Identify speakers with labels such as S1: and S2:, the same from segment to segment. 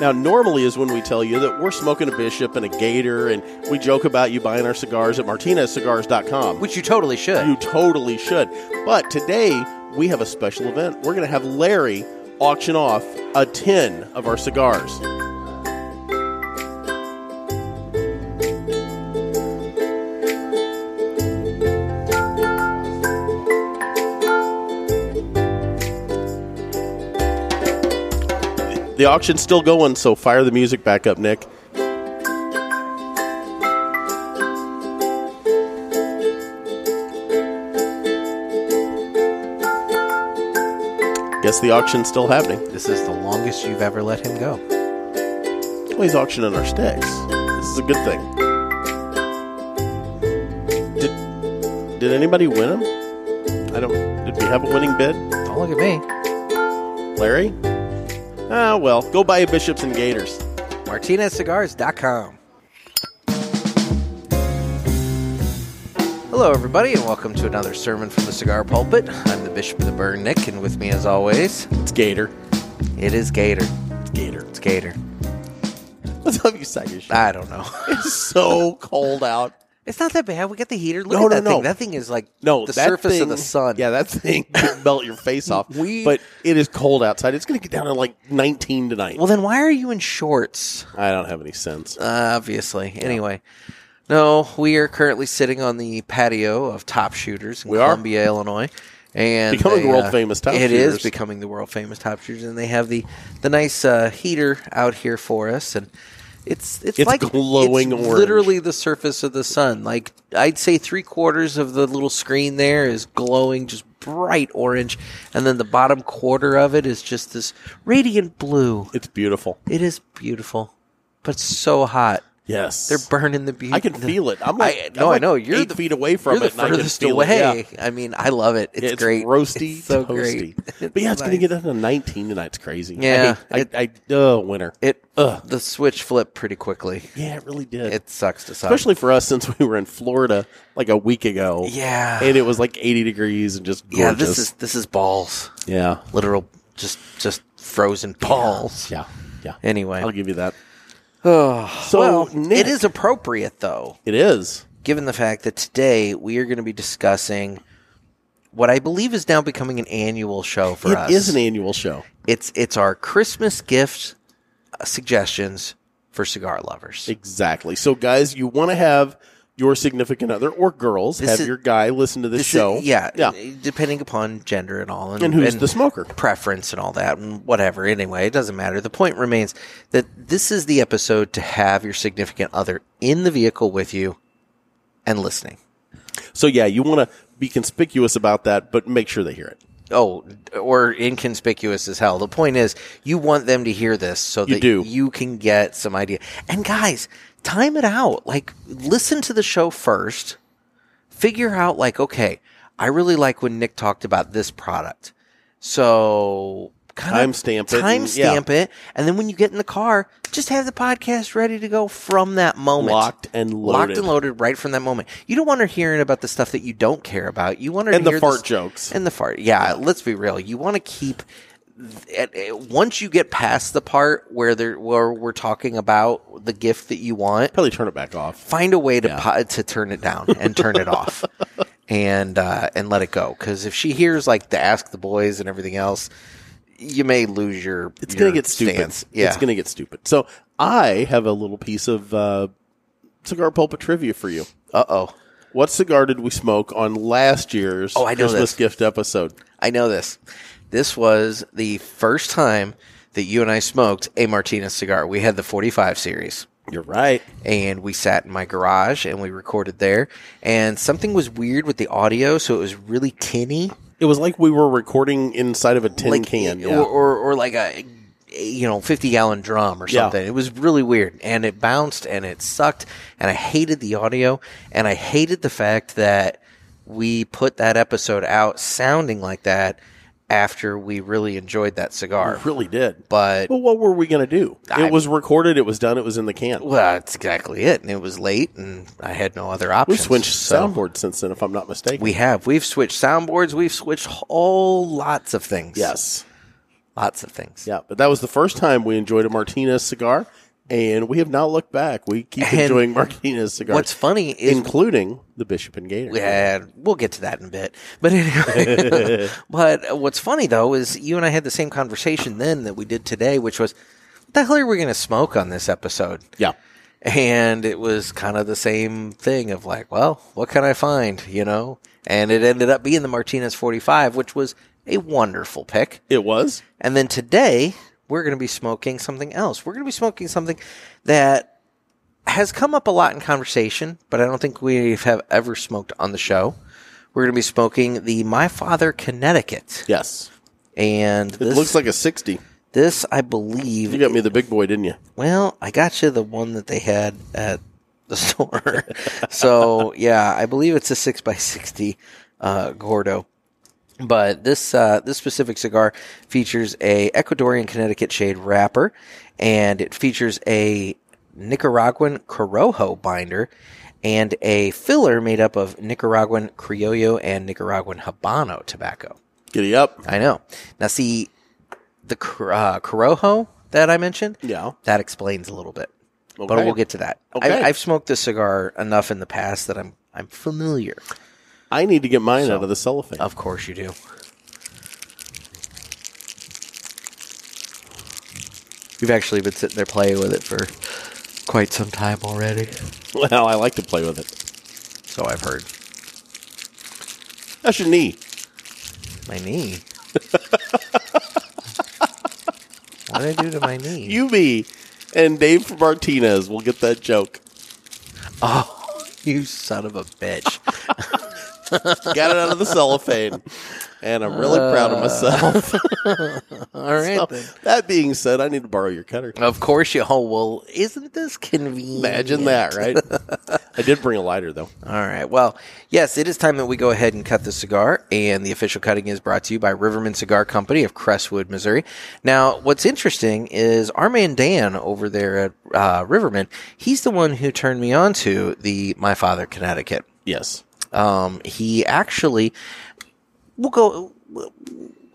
S1: Now, normally is when we tell you that we're smoking a bishop and a gator, and we joke about you buying our cigars at martinezcigars.com.
S2: Which you totally should.
S1: You totally should. But today, we have a special event. We're going to have Larry auction off a tin of our cigars. The auction's still going, so fire the music back up, Nick. Guess the auction's still happening.
S2: this is the longest you've ever let him go.
S1: Well, he's auctioning our sticks. This is a good thing. Did, did anybody win them? I don't. Did we have a winning bid,
S2: Don't look at me.
S1: Larry? Ah, well, go buy your bishops and gators.
S2: MartinezCigars.com. Hello, everybody, and welcome to another sermon from the cigar pulpit. I'm the Bishop of the Burn, Nick, and with me, as always,
S1: It's gator.
S2: it is Gator.
S1: It's gator.
S2: It's Gator.
S1: What's up, you psycho? shit?
S2: I don't know.
S1: It's so cold out.
S2: It's not that bad. We got the heater. Look
S1: No, no,
S2: at that
S1: no.
S2: thing. That thing is like
S1: No,
S2: the
S1: that
S2: surface
S1: thing-
S2: of the sun.
S1: Yeah, that thing could melt your face off.
S2: We-
S1: but it is cold outside. It's going to get down to like 19 tonight.
S2: Well, then why are you in shorts?
S1: I don't have any sense.
S2: obviously. Anyway, no, we are currently sitting on the patio of Top Shooters in
S1: We are.
S2: Columbia, Illinois, and uh,
S1: Becoming world famous Top
S2: It is
S1: Shooters.
S2: becoming the world famous Top Shooters, and they have the the nice uh, heater out here for us, and it's it's,
S1: It's
S2: like
S1: glowing
S2: it's
S1: orange.
S2: literally the surface of the sun. Like I'd say three quarters of the little screen there is glowing, just bright orange, and then the bottom quarter of it is just this radiant blue.
S1: It's beautiful.
S2: It is beautiful, but so hot.
S1: Yes.
S2: They're burning the beauty.
S1: I can feel it. I'm like,
S2: I,
S1: I'm
S2: no,
S1: like
S2: I know. You're
S1: eight
S2: the,
S1: feet away from
S2: you're
S1: it,
S2: The
S1: and I can
S2: furthest
S1: feel it,
S2: away. I mean, I love it. It's,
S1: It's,
S2: great.
S1: roasty,
S2: It's so
S1: toasty.
S2: great.
S1: But yeah, it's going to
S2: nice.
S1: get down to 19 tonight. It's crazy.
S2: Yeah,
S1: I, hate- I, I uh, winter.
S2: it.
S1: Ugh.
S2: The switch flipped pretty quickly.
S1: Yeah, it really did.
S2: It sucks to suck.
S1: Especially for us since we were in Florida like a week ago.
S2: yeah,
S1: And it was like 80 degrees and just gorgeous.
S2: yeah. This is this is balls.
S1: yeah,
S2: Literal, just just frozen balls.
S1: yeah, yeah.
S2: Anyway,
S1: I'll give you that.
S2: oh,
S1: So,
S2: well,
S1: Nick-
S2: it is appropriate though.
S1: It is.
S2: given the fact that today we are going to be discussing what I believe is now becoming an annual show for
S1: It
S2: us.
S1: is an annual show.
S2: It's it's our Christmas gift uh, suggestions for cigar lovers.
S1: Exactly. So, guys, you want to have your significant other or girls
S2: This
S1: have
S2: is-
S1: your guy listen to this,
S2: This is-
S1: show.
S2: yeah,
S1: yeah.
S2: depending upon gender and all,
S1: And who's the smoker?
S2: preference and all that and whatever. Anyway, it doesn't matter. The point remains that this is the episode to have your significant other in the vehicle with you and listening.
S1: So yeah, you want to be conspicuous about that, but make sure they hear it.
S2: oh or inconspicuous as hell the point is you want them to hear this so that
S1: do.
S2: you can get some idea and guys time it out like listen to the show first figure out like okay i really like when nick talked about this product so kind of
S1: Timestamp it
S2: time
S1: and- yeah.
S2: stamp it and then when you get in the car just have the podcast ready to go from that moment
S1: Locked and loaded.
S2: locked and loaded right from that moment you don't want her hearing about the stuff that you don't care about you want her
S1: And the
S2: to hear
S1: fart
S2: s-
S1: jokes.
S2: and the fart. Yeah, let's be real. You want to keep at, at- once you get past the part where there where we're talking about the gift that you want,
S1: Probably turn it back off.
S2: find a way to po- to turn it down and turn it off. And uh, and let it go because if she hears like the ask the boys and everything else, you may lose your.
S1: It's
S2: your
S1: gonna get stupid.
S2: stance. Yeah,
S1: It's gonna get stupid. So I have a little piece of uh, cigar pulpit trivia for you.
S2: Uh oh,
S1: What cigar did we smoke on last year's
S2: Oh, I know
S1: Christmas
S2: this.
S1: gift episode?
S2: I know this. This was the first time that you and I smoked a Martinez cigar. We had the forty five series.
S1: You're right.
S2: and we sat in my garage and we recorded there and something was weird with the audio so it was really tinny
S1: It was like we were recording inside of a tin
S2: like
S1: can.
S2: or,
S1: yeah.
S2: or, or like a you know 50 gallon drum or
S1: Yeah.
S2: something it was really weird and it bounced and it sucked and i hated the audio and i hated the fact that we put that episode out sounding like that after we really enjoyed that cigar
S1: It really did.
S2: but
S1: Well, what were we gonna do?
S2: I-
S1: it was recorded. It was done. It was in the can.
S2: well that's exactly it and it was late and i had no other option
S1: We've switched soundboard since then, if I'm not mistaken.
S2: We have. We've switched soundboards. We've switched all lots of things.
S1: yes.
S2: Lots of things.
S1: Yeah, but that was the first time we enjoyed a Martinez cigar, and we have not looked back. We keep
S2: And
S1: enjoying Martinez cigars,
S2: What's funny is
S1: including the Bishop and Gator.
S2: Yeah, we'll get to that in a bit. But anyway, but what's funny though is you and I had the same conversation then that we did today, which was, what the hell are we going to smoke on this episode?
S1: yeah.
S2: And it was kind of the same thing of like, well, what can I find? You know? And it ended up being the Martinez 45, which was a wonderful pick.
S1: It was.
S2: And then today, we're going to be smoking something else. We're going to be smoking something that has come up a lot in conversation, but I don't think we have ever smoked on the show. We're going to be smoking the My Father Connecticut.
S1: Yes.
S2: And
S1: It
S2: this,
S1: looks like a 60.
S2: this, I
S1: You
S2: believe,
S1: got me the big boy, didn't you?
S2: well, I got you the one that they had at the store. so yeah, I believe it's a six by sixty uh, Gordo. But this uh, this specific cigar features a Ecuadorian Connecticut shade wrapper, and it features a Nicaraguan Corojo binder and a filler made up of Nicaraguan Criollo and Nicaraguan Habano tobacco.
S1: Giddy up.
S2: I know. Now see the Cor- uh, Corojo that I mentioned
S1: Yeah.
S2: that explains a little bit. But
S1: Okay.
S2: we'll get to that.
S1: Okay.
S2: I, I've smoked this cigar enough in the past that I'm I'm familiar.
S1: I need to get mine out of the cellophane.
S2: Of course you do. We've actually been sitting there playing with it for quite some time already.
S1: well, I like to play with it.
S2: So I've heard.
S1: That's your knee.
S2: My knee. what did I do to my knee?
S1: You be and Dave from Martinez will get that joke.
S2: oh, you son of a bitch.
S1: Got it out of the cellophane. And I'm really proud of myself.
S2: All right. then.
S1: that being said, I need to borrow your cutter.
S2: Of course you. Oh, well, isn't this convenient?
S1: Imagine that, right? I did bring a lighter, though.
S2: All right. Well, yes, it is time that we go ahead and cut the cigar. And the official cutting is brought to you by Riverman Cigar Company of Crestwood, Missouri. Now, what's interesting is our man Dan over there at uh, Riverman, he's the one who turned me on to the My Father Connecticut.
S1: Yes.
S2: Um, he actually, we'll go.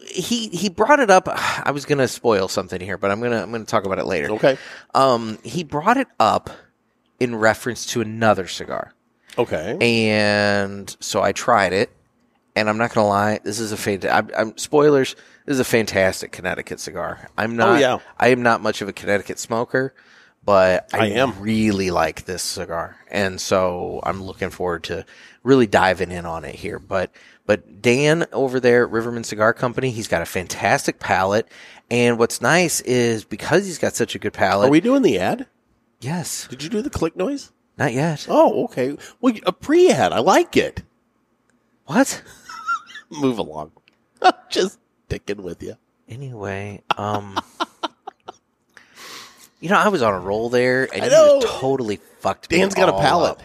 S2: He he brought it up. I was gonna spoil something here, but I'm gonna I'm gonna talk about it later.
S1: Okay.
S2: Um, he brought it up in reference to another cigar.
S1: Okay.
S2: And so I tried it, and I'm not gonna lie, this is a fantastic. I'm, spoilers. This is a fantastic Connecticut cigar. I'm not.
S1: Oh, yeah.
S2: I am not much of a Connecticut smoker, but I,
S1: I am.
S2: really like this cigar, and so I'm looking forward to really diving in on it here. But but Dan over there, at Riverman Cigar Company, he's got a fantastic palate, and what's nice is because he's got such a good palate.
S1: Are we doing the ad?
S2: yes,
S1: Did you do the click noise?
S2: not yet.
S1: Oh, okay. Well, a pre ad. I like it.
S2: What?
S1: Move along. I'm just sticking with you.
S2: Anyway, um, you know, I was on a roll there, and
S1: I
S2: you
S1: know.
S2: just totally fucked. me
S1: Dan's got a
S2: all
S1: palate.
S2: up.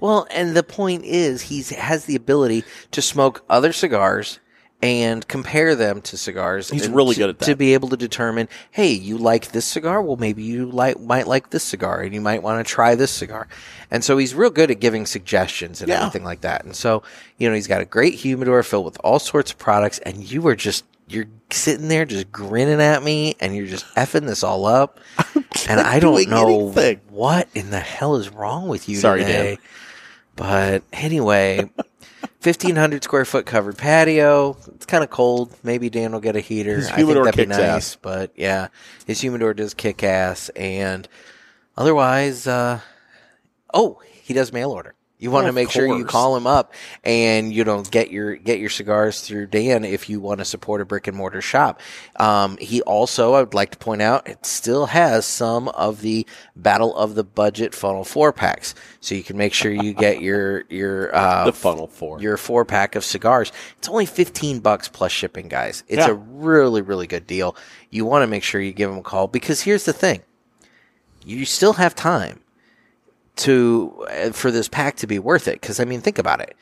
S2: Well, and the point is, he has the ability to smoke other cigars and compare them to cigars.
S1: He's
S2: and
S1: really
S2: to-
S1: good at that.
S2: To be able to determine, hey, you like this cigar? Well, maybe you like might like this cigar, and you might want to try this cigar. And so he's real good at giving suggestions and
S1: Yeah.
S2: everything like that. And so you know, he's got a great humidor filled with all sorts of products, and you are just. You're sitting there just grinning at me, and you're just effing this all up. And I don't
S1: doing
S2: know
S1: anything.
S2: what in the hell is wrong with you
S1: Sorry,
S2: today.
S1: Dan.
S2: But anyway, 1,500 square foot covered patio. It's kind of cold. Maybe Dan will get a heater.
S1: His humidor
S2: I think that'd
S1: kicks
S2: be nice.
S1: ass.
S2: But yeah, his humidor does kick ass. And otherwise, uh, oh, he does mail order. You want
S1: Well,
S2: to
S1: of
S2: make sure you
S1: course.
S2: call him up and you know get your get your cigars through Dan if you want to support a brick and mortar shop. Um, he also, I would like to point out, it still has some of the Battle of the Budget funnel four packs, so you can make sure you get your your uh,
S1: The funnel four.
S2: your four pack of cigars. It's only 15 bucks plus shipping, guys. It's
S1: Yeah.
S2: a really, really good deal. You want to make sure you give them a call because here's the thing you still have time to uh, for this pack to be worth it. Because, I mean, think about it.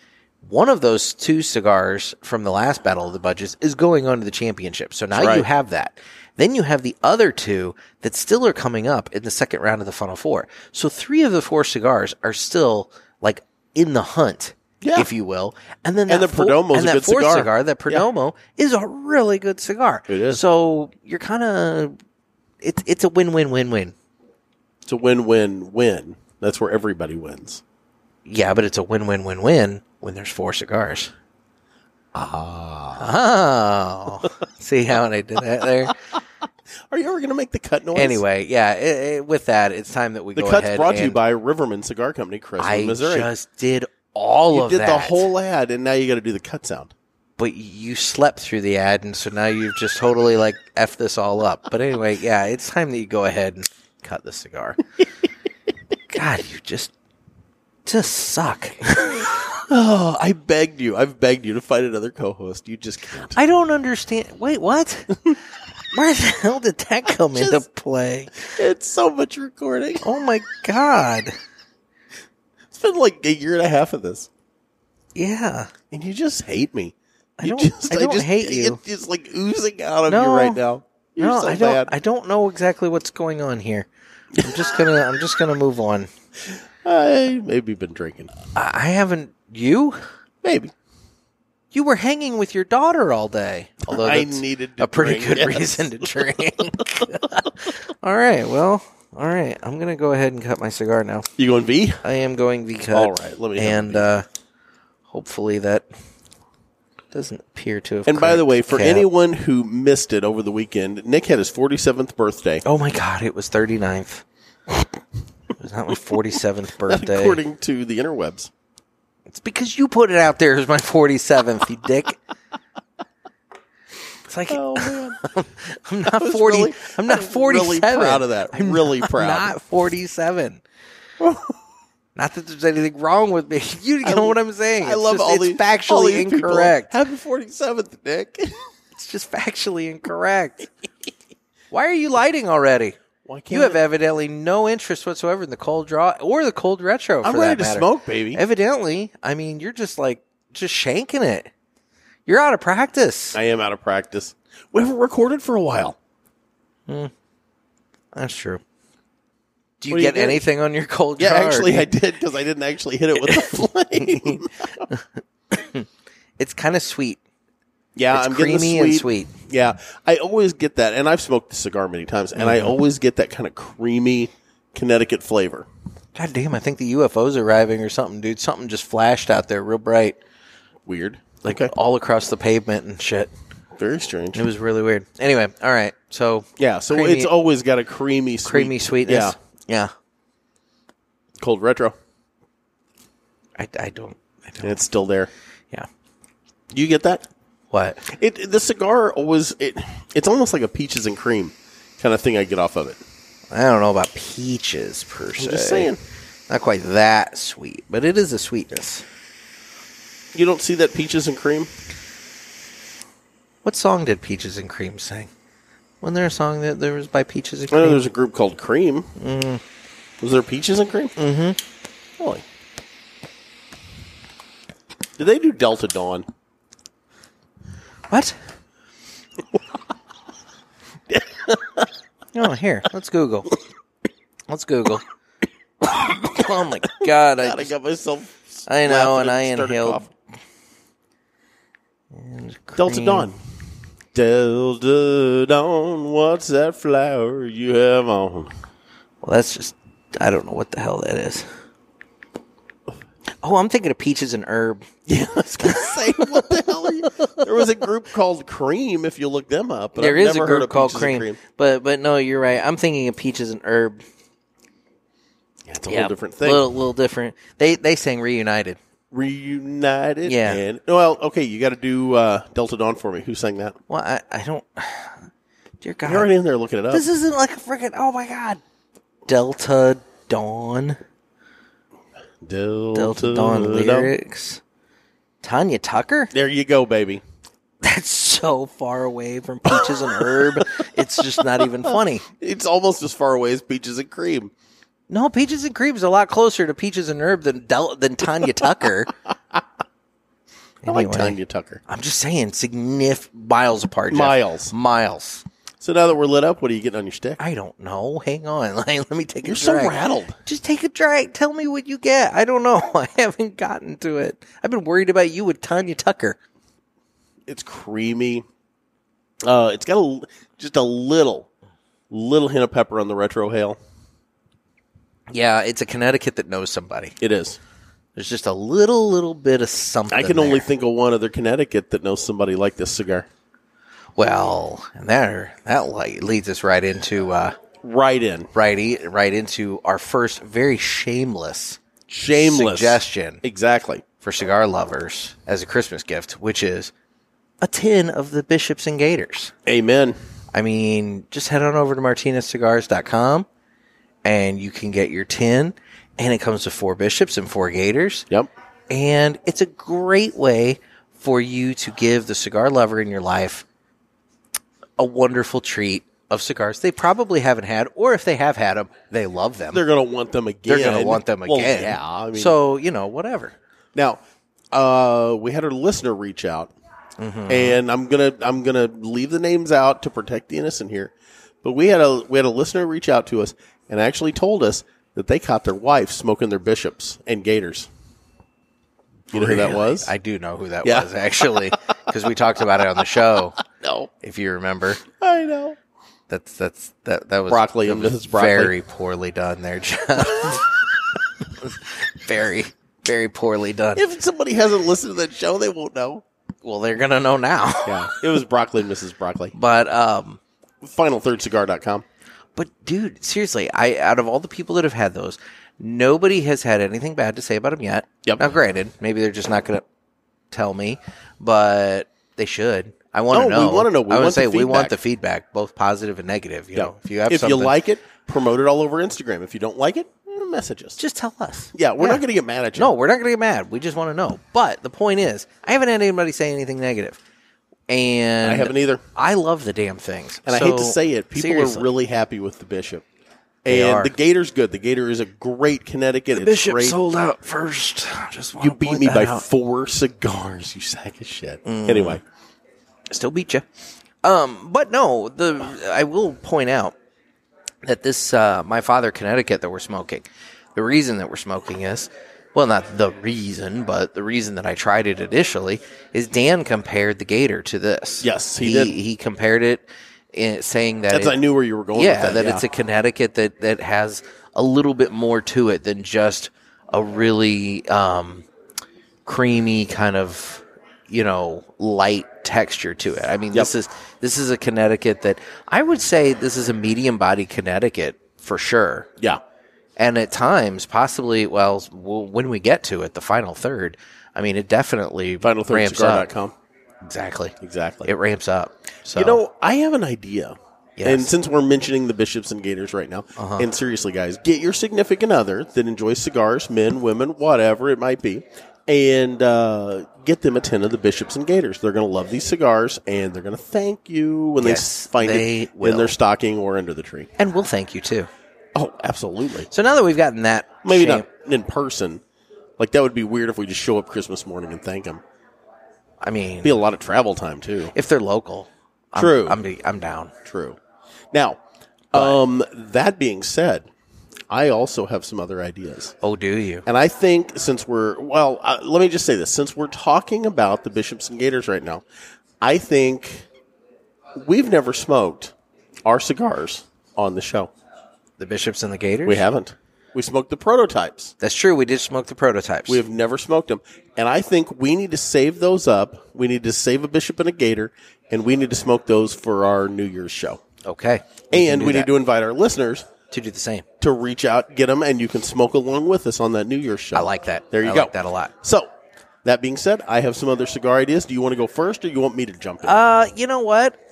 S2: One of those two cigars from the last Battle of the Budgets is going on to the championship. So now
S1: That's
S2: you
S1: right.
S2: have that. Then you have the other two that still are coming up in the second round of the Funnel Four. So three of the four cigars are still like in the hunt
S1: Yeah.
S2: if you will. And then
S1: And
S2: that
S1: the
S2: fo-
S1: Perdomo's
S2: and
S1: a
S2: that
S1: good
S2: fourth
S1: cigar.
S2: That Perdomo is a really good cigar.
S1: It is.
S2: So you're kind of it's it's a win win win win.
S1: It's a win win win. That's where everybody wins.
S2: Yeah, but it's a win win win win when there's four cigars.
S1: Ah.
S2: Oh, see how I did that there.
S1: Are you ever going to make the cut noise?
S2: Anyway, yeah. i i with that, it's time that we
S1: The
S2: go
S1: cut's
S2: ahead
S1: brought to you
S2: and-
S1: by Riverman Cigar Company, Crestview,
S2: I
S1: Missouri.
S2: just did all
S1: you
S2: of
S1: did
S2: that.
S1: the whole ad, and now you got to do the cut sound.
S2: but you slept through the ad, and so now you've just totally like f this all up. But anyway, yeah, it's time that you go ahead and cut the cigar. God, you just just suck.
S1: Oh, I begged you. I've begged you to find another co-host. You just can't.
S2: I don't understand. Wait, what? Where the hell did that come into
S1: Just-
S2: play?
S1: It's so much recording.
S2: Oh my god!
S1: It's been like a year and a half of this,
S2: Yeah,
S1: and you just hate me.
S2: I
S1: You
S2: don't.
S1: just-
S2: I don't
S1: just-
S2: hate you.
S1: It's just like oozing out of you
S2: No.
S1: right now. You're
S2: no,
S1: so
S2: I don't.
S1: bad.
S2: I don't know exactly what's going on here. I'm just gonna. I'm just gonna move on.
S1: I maybe been drinking.
S2: I, I haven't. You.
S1: Maybe
S2: You were hanging with your daughter all day. Although
S1: I
S2: that's
S1: needed to
S2: a pretty
S1: drink,
S2: good
S1: yes.
S2: reason to drink. all right. Well, all right. I'm going to go ahead and cut my cigar now.
S1: You going V?
S2: I am going the cut.
S1: All right, let me have a
S2: And uh, hopefully that doesn't appear to have.
S1: And by the way, for
S2: cracked cap.
S1: anyone who missed it over the weekend, Nick had his 47th birthday.
S2: Oh my God, it was 39th. it was not my 47th birthday.
S1: According to the interwebs.
S2: It's because you put it out there as my 47th, you dick. It's like
S1: man.
S2: I'm not
S1: was
S2: 40.
S1: really-
S2: I'm not
S1: I was
S2: 47.
S1: really proud of that.
S2: I'm
S1: Really
S2: not,
S1: proud.
S2: Not 47. not that there's anything wrong with me. You know what I'm saying.
S1: I
S2: It's
S1: love
S2: just-
S1: all
S2: it's
S1: these
S2: factually
S1: all these people.
S2: incorrect.
S1: Happy 47th, Nick.
S2: It's just factually incorrect. Why are you lighting already?
S1: Why can't
S2: You have evidently no interest whatsoever in the cold draw or the cold retro.
S1: I'm
S2: for
S1: ready
S2: that
S1: to
S2: matter.
S1: smoke, baby.
S2: Evidently, I mean, you're just like just shanking it. You're out of practice.
S1: I am out of practice. We haven't recorded for a while.
S2: That's true. Do you
S1: What do you
S2: get
S1: do?
S2: anything on your cold
S1: Yeah,
S2: draw? or do
S1: actually,
S2: you-
S1: I did because I didn't actually hit it with the flame.
S2: it's kind of sweet.
S1: yeah,
S2: It's
S1: I'm getting
S2: creamy
S1: the
S2: and
S1: sweet.
S2: sweet.
S1: Yeah, I always get that, and I've smoked the cigar many times, and I always get that kind of creamy Connecticut flavor.
S2: God damn, I think the UFO's arriving or something, dude. Something just flashed out there real bright,
S1: Weird.
S2: like
S1: okay.
S2: all across the pavement and shit.
S1: Very strange.
S2: It was really weird. Anyway, all right. So
S1: Yeah, so
S2: Creamy-
S1: it's always got a creamy, sweet,
S2: creamy sweetness.
S1: Yeah,
S2: Yeah.
S1: cold retro.
S2: I, I don't. I don't.
S1: And it's still there.
S2: Yeah.
S1: You get that?
S2: What?
S1: It the cigar always it. It's almost like a peaches and cream kind of thing I get off of it.
S2: I don't know about peaches per se.
S1: Just saying,
S2: Not quite that sweet, but it is a sweetness.
S1: you don't see that peaches and cream.
S2: What song did Peaches and Cream sing? Wasn't there a song that there was by Peaches and
S1: I know
S2: Cream?
S1: there's a group called Cream.
S2: Mm.
S1: Was there peaches and cream? Mm-hmm. Really? Did they do Delta Dawn?
S2: What? oh, here. Let's Google. Let's Google. oh my god! I,
S1: God, I got myself.
S2: I know, and I
S1: laughing started
S2: inhaled.
S1: coughing.
S2: and
S1: Delta
S2: cream.
S1: Dawn. Delta Dawn, what's that flower you have on?
S2: Well, that's just I don't know what the hell that is. Oh, I'm thinking of peaches and herb.
S1: Yeah, I was gonna say, what the hell? Are you? There was a group called Cream. If you look them up, but
S2: There
S1: I've
S2: is
S1: never
S2: a
S1: heard
S2: group
S1: of
S2: called
S1: Peaches and
S2: cream, but but no, you're right. I'm thinking of peaches and herb.
S1: Yeah, it's a whole different thing.
S2: Little little different. They they sang reunited.
S1: Reunited.
S2: Yeah.
S1: And, well, okay, you got to do uh, Delta Dawn for me. Who sang that?
S2: Well, I I don't. Dear God,
S1: You're already in there looking it up.
S2: This isn't like a freaking. Oh my god. Delta Dawn.
S1: Delta,
S2: Delta Dawn lyrics. Tanya Tucker?
S1: There you go, baby.
S2: That's so far away from Peaches and Herb. It's just not even funny.
S1: It's almost as far away as Peaches and Cream.
S2: No, Peaches and Cream is a lot closer to Peaches and Herb than Del- than Tanya Tucker.
S1: I like
S2: Anyway,
S1: Tanya Tucker.
S2: I'm just saying, signif miles apart. Jeff.
S1: Miles.
S2: miles.
S1: So now that we're lit up, what are you getting on your stick?
S2: I don't know. Hang on. Like, let me take
S1: You're
S2: a
S1: so
S2: drag.
S1: rattled.
S2: Just take a drag. Tell me what you get. I don't know. I haven't gotten to it. I've been worried about you with Tanya Tucker.
S1: It's creamy. Uh, it's got a l- just a little, little hint of pepper on the retro hail.
S2: Yeah, it's a Connecticut that knows somebody.
S1: It is.
S2: There's just a little, little bit of something.
S1: I can only
S2: there.
S1: think of one other Connecticut that knows somebody like this cigar.
S2: well, and there that light leads us right into uh,
S1: Right in,
S2: right e- right into our first very shameless
S1: shameless
S2: suggestion
S1: Exactly.
S2: for cigar lovers as a Christmas gift, which is a tin of the Bishops and Gators.
S1: Amen.
S2: I mean, just head on over to martinezcigars.com and you can get your tin and it comes with four bishops and four gators
S1: Yep.
S2: and it's a great way for you to give the cigar lover in your life a wonderful treat of cigars they probably haven't had or if they have had them they love them
S1: They're gonna want them again.
S2: They're gonna want them again
S1: Well, yeah. I mean,
S2: so you know whatever
S1: Now, uh, we had a listener reach out,
S2: Mm-hmm.
S1: and I'm gonna I'm gonna leave the names out to protect the innocent here. But we had a we had a listener reach out to us and actually told us that they caught their wife smoking their bishops and gators. You know who that
S2: Really?
S1: was?
S2: i do know who that
S1: Yeah.
S2: was actually because we talked about it on the show
S1: know.
S2: if you remember
S1: I know.
S2: That's that's that that was
S1: Broccoli
S2: that
S1: and
S2: was
S1: Mrs. Broccoli.
S2: Very poorly done there, Jeff. very very poorly done.
S1: If somebody hasn't listened to that show, they won't know.
S2: well, they're gonna know now.
S1: Yeah, it was broccoli, and Mrs. Broccoli.
S2: But um,
S1: Finalthirdcigar.com.
S2: but dude, seriously, I out of all the people that have had those, nobody has had anything bad to say about them yet.
S1: Yep.
S2: Now, granted, maybe they're just not gonna tell me, but they should. I
S1: No,
S2: want to
S1: we
S2: know.
S1: wanna know. We
S2: I would
S1: want the
S2: say we want
S1: feedback.
S2: the feedback, both positive and negative. You
S1: Yeah.
S2: know, if you
S1: if
S2: have
S1: you
S2: something,
S1: like it, promote it all over Instagram. If you don't like it, eh, message us.
S2: just tell us.
S1: yeah, we're not going to get mad at you.
S2: No, we're not going to get mad. We just want to know. But the point is, I haven't had anybody say anything negative, and
S1: I haven't either.
S2: I love the damn things,
S1: And I hate to say it, people are really happy with the bishop. And
S2: are.
S1: the Gator's good. The Gator is a great Connecticut. it's great.
S2: sold out first. Just
S1: you beat me by four cigars, you sack of shit.
S2: Mm.
S1: Anyway,
S2: still beat you. Um, but no, the I will point out that this uh, my father Connecticut that we're smoking. The reason that we're smoking is well, not the reason, but the reason that I tried it initially is Dan compared the Gator to this.
S1: Yes, he
S2: he
S1: did.
S2: He compared it, in, saying that
S1: that's,
S2: it-
S1: I knew where you were going
S2: yeah,
S1: with
S2: that,
S1: that.
S2: it's a Connecticut that that has a little bit more to it than just a really um, creamy kind of you know light texture to it. I mean, this is this is a Connecticut that I would say this is a medium body Connecticut for sure,
S1: yeah.
S2: and at times possibly well s- w- when we get to it, the final third. I mean, it definitely ramps up
S1: Finalthirdcigar.com.
S2: exactly.
S1: Exactly.
S2: It ramps up. So
S1: You know, I have an idea.
S2: Yes. Uh-huh.
S1: And since we're mentioning the bishops and gators right now, and seriously, guys, get your significant other that enjoys cigars, men, women, whatever it might be, and uh, get them a tin of the bishops and gators. They're going to love these cigars, and they're going to thank you when
S2: Yes,
S1: they find
S2: they
S1: it in
S2: will.
S1: their stocking or under the tree.
S2: and we'll thank you too.
S1: Oh, absolutely.
S2: So now that we've gotten that,
S1: Maybe
S2: shame-
S1: not in person. Like that would be weird if we just show up Christmas morning and thank them.
S2: I mean,
S1: Be a lot of travel time too.
S2: if they're local, I'm-
S1: True.
S2: I'm, I'm down.
S1: True. Now, um, that being said, I also have some other ideas.
S2: Oh, do you?
S1: And I think since we're, well, uh, let me just say this. Since we're talking about the Bishops and Gators right now, I think we've never smoked our cigars on the show.
S2: The bishops and the Gators.
S1: We haven't. We smoked the prototypes.
S2: That's true. We did smoke the prototypes.
S1: We have never smoked them. And I think we need to save those up. We need to save a Bishop and a Gator, and we need to smoke those for our New Year's show.
S2: okay.
S1: and we need to invite our listeners
S2: to do the same.
S1: to reach out, get them, and you can smoke along with us on that New Year's show.
S2: I like that.
S1: There you
S2: I
S1: go.
S2: Like that a lot.
S1: So, that being said, I have some other cigar ideas. Do you want to go first, or you want me to jump in?
S2: Uh, you know what?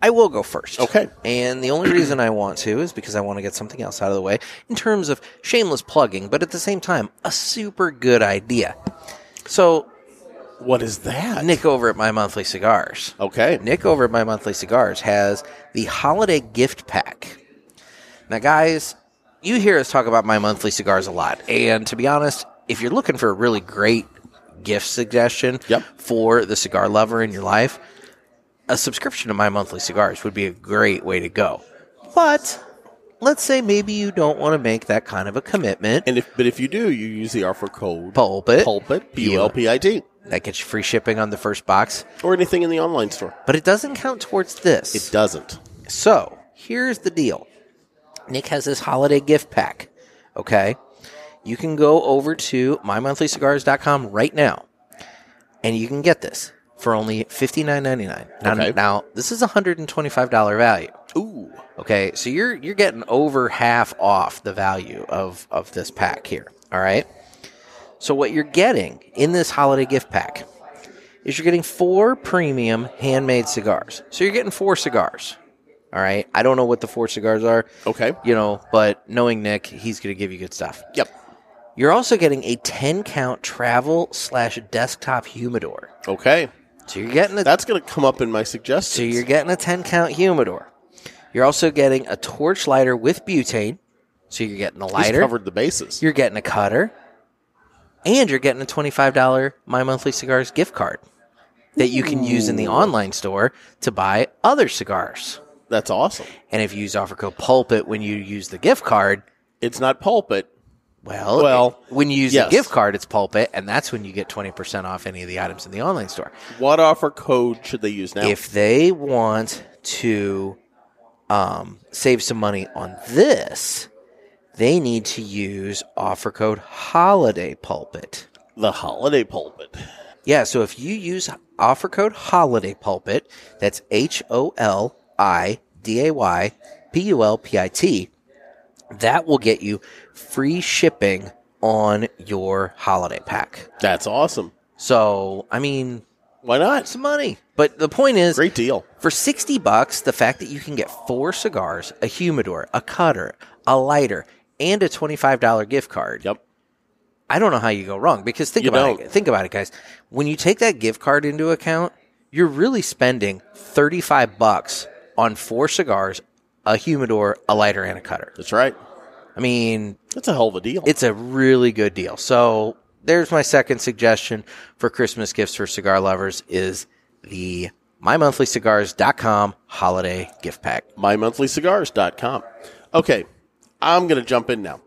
S2: I will go first.
S1: Okay.
S2: And the only reason I want to is because I want to get something else out of the way in terms of shameless plugging, but at the same time, a super good idea. So
S1: what is that?
S2: Nick over at My Monthly Cigars.
S1: Okay.
S2: Nick over at My Monthly Cigars has the holiday gift pack. Now, guys, you hear us talk about My Monthly Cigars a lot. And to be honest, if you're looking for a really great gift suggestion
S1: Yep.
S2: for the cigar lover in your life, a subscription to My Monthly Cigars would be a great way to go. But let's say maybe you don't want to make that kind of a commitment.
S1: And if but if you do, you use the offer code
S2: Pulpit.
S1: pulpit P U L P I T
S2: That gets you free shipping on the first box.
S1: or anything in the online store.
S2: But it doesn't count towards this.
S1: It doesn't.
S2: So here's the deal Nick has this holiday gift pack. Okay. You can go over to mymonthlycigars.com right now and you can get this for only $59.99. Now,
S1: Okay.
S2: now this is a $125 value.
S1: Ooh.
S2: Okay, so you're you're getting over half off the value of of this pack here. All right. So what you're getting in this holiday gift pack is you're getting four premium handmade cigars. So you're getting four cigars. All right. I don't know what the four cigars are,
S1: Okay.
S2: you know, but knowing Nick, he's going to give you good stuff.
S1: Yep.
S2: You're also getting a 10 count travel slash desktop humidor.
S1: Okay.
S2: So you're getting a
S1: That's going to come up in my
S2: so
S1: suggestions.
S2: you're getting a 10 count humidor. You're also getting a torch lighter with butane. So you're getting the
S1: He's
S2: lighter.
S1: covered the bases.
S2: You're getting a cutter. And you're getting a $25 My Monthly Cigars gift card that you can use in the online store to buy other cigars.
S1: That's awesome.
S2: And if you use offer code PULPIT when you use the gift card,
S1: It's not pulpit.
S2: well,
S1: Well,
S2: it- when you use
S1: yes.
S2: the gift card, it's pulpit, and that's when you get 20% off any of the items in the online store.
S1: What offer code should they use now?
S2: if they want to um, save some money on this, they need to use offer code holiday pulpit.
S1: the holiday pulpit.
S2: Yeah, so if you use offer code holiday pulpit, that's H O L I D A Y P U L P I T, that will get you free shipping on your holiday pack.
S1: That's awesome.
S2: So, I mean,
S1: Why not?
S2: some money. But the point is,
S1: Great deal.
S2: For 60 bucks, the fact that you can get four cigars, a humidor, a cutter, a lighter, and a $25 gift card.
S1: Yep.
S2: I don't know how you go wrong because think
S1: You
S2: about it.
S1: don't.
S2: Think about it, guys. When you take that gift card into account, you're really spending 35 bucks on four cigars, a humidor, a lighter, and a cutter.
S1: That's right.
S2: I mean,
S1: That's a hell of a deal.
S2: it's a really good deal. So there's my second suggestion for Christmas gifts for cigar lovers is the mymonthlycigars.com holiday gift pack.
S1: mymonthlycigars.com. Okay, I'm going to jump in now.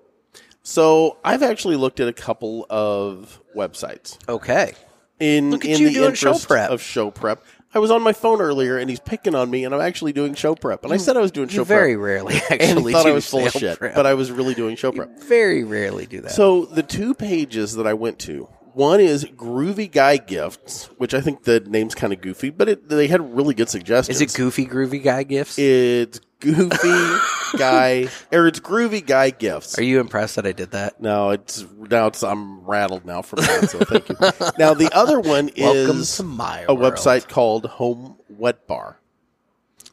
S1: So I've actually looked at a couple of websites
S2: Okay.
S1: in
S2: Look at
S1: in
S2: you
S1: the
S2: doing show
S1: interest
S2: prep.
S1: of show prep. I was on my phone earlier, and he's picking on me, and I'm actually doing show prep. And I said I was doing show
S2: You very
S1: prep,
S2: rarely
S1: and he
S2: actually
S1: thought
S2: do
S1: I was full of
S2: sale
S1: shit,
S2: prep.
S1: but I was really doing show prep.
S2: very rarely do that.
S1: So the two pages that I went to, one is Groovy Guy Gifts, which I think the name's kind of goofy, but it, they had really good suggestions.
S2: is it goofy groovy guy gifts?
S1: It's goofy guy, or it's groovy guy gifts.
S2: Are you impressed that I did that?
S1: no, it's now it's I'm rattled now from that. So thank you. Now the other one
S2: Welcome
S1: is
S2: to my
S1: a
S2: world.
S1: website called Home Wet Bar.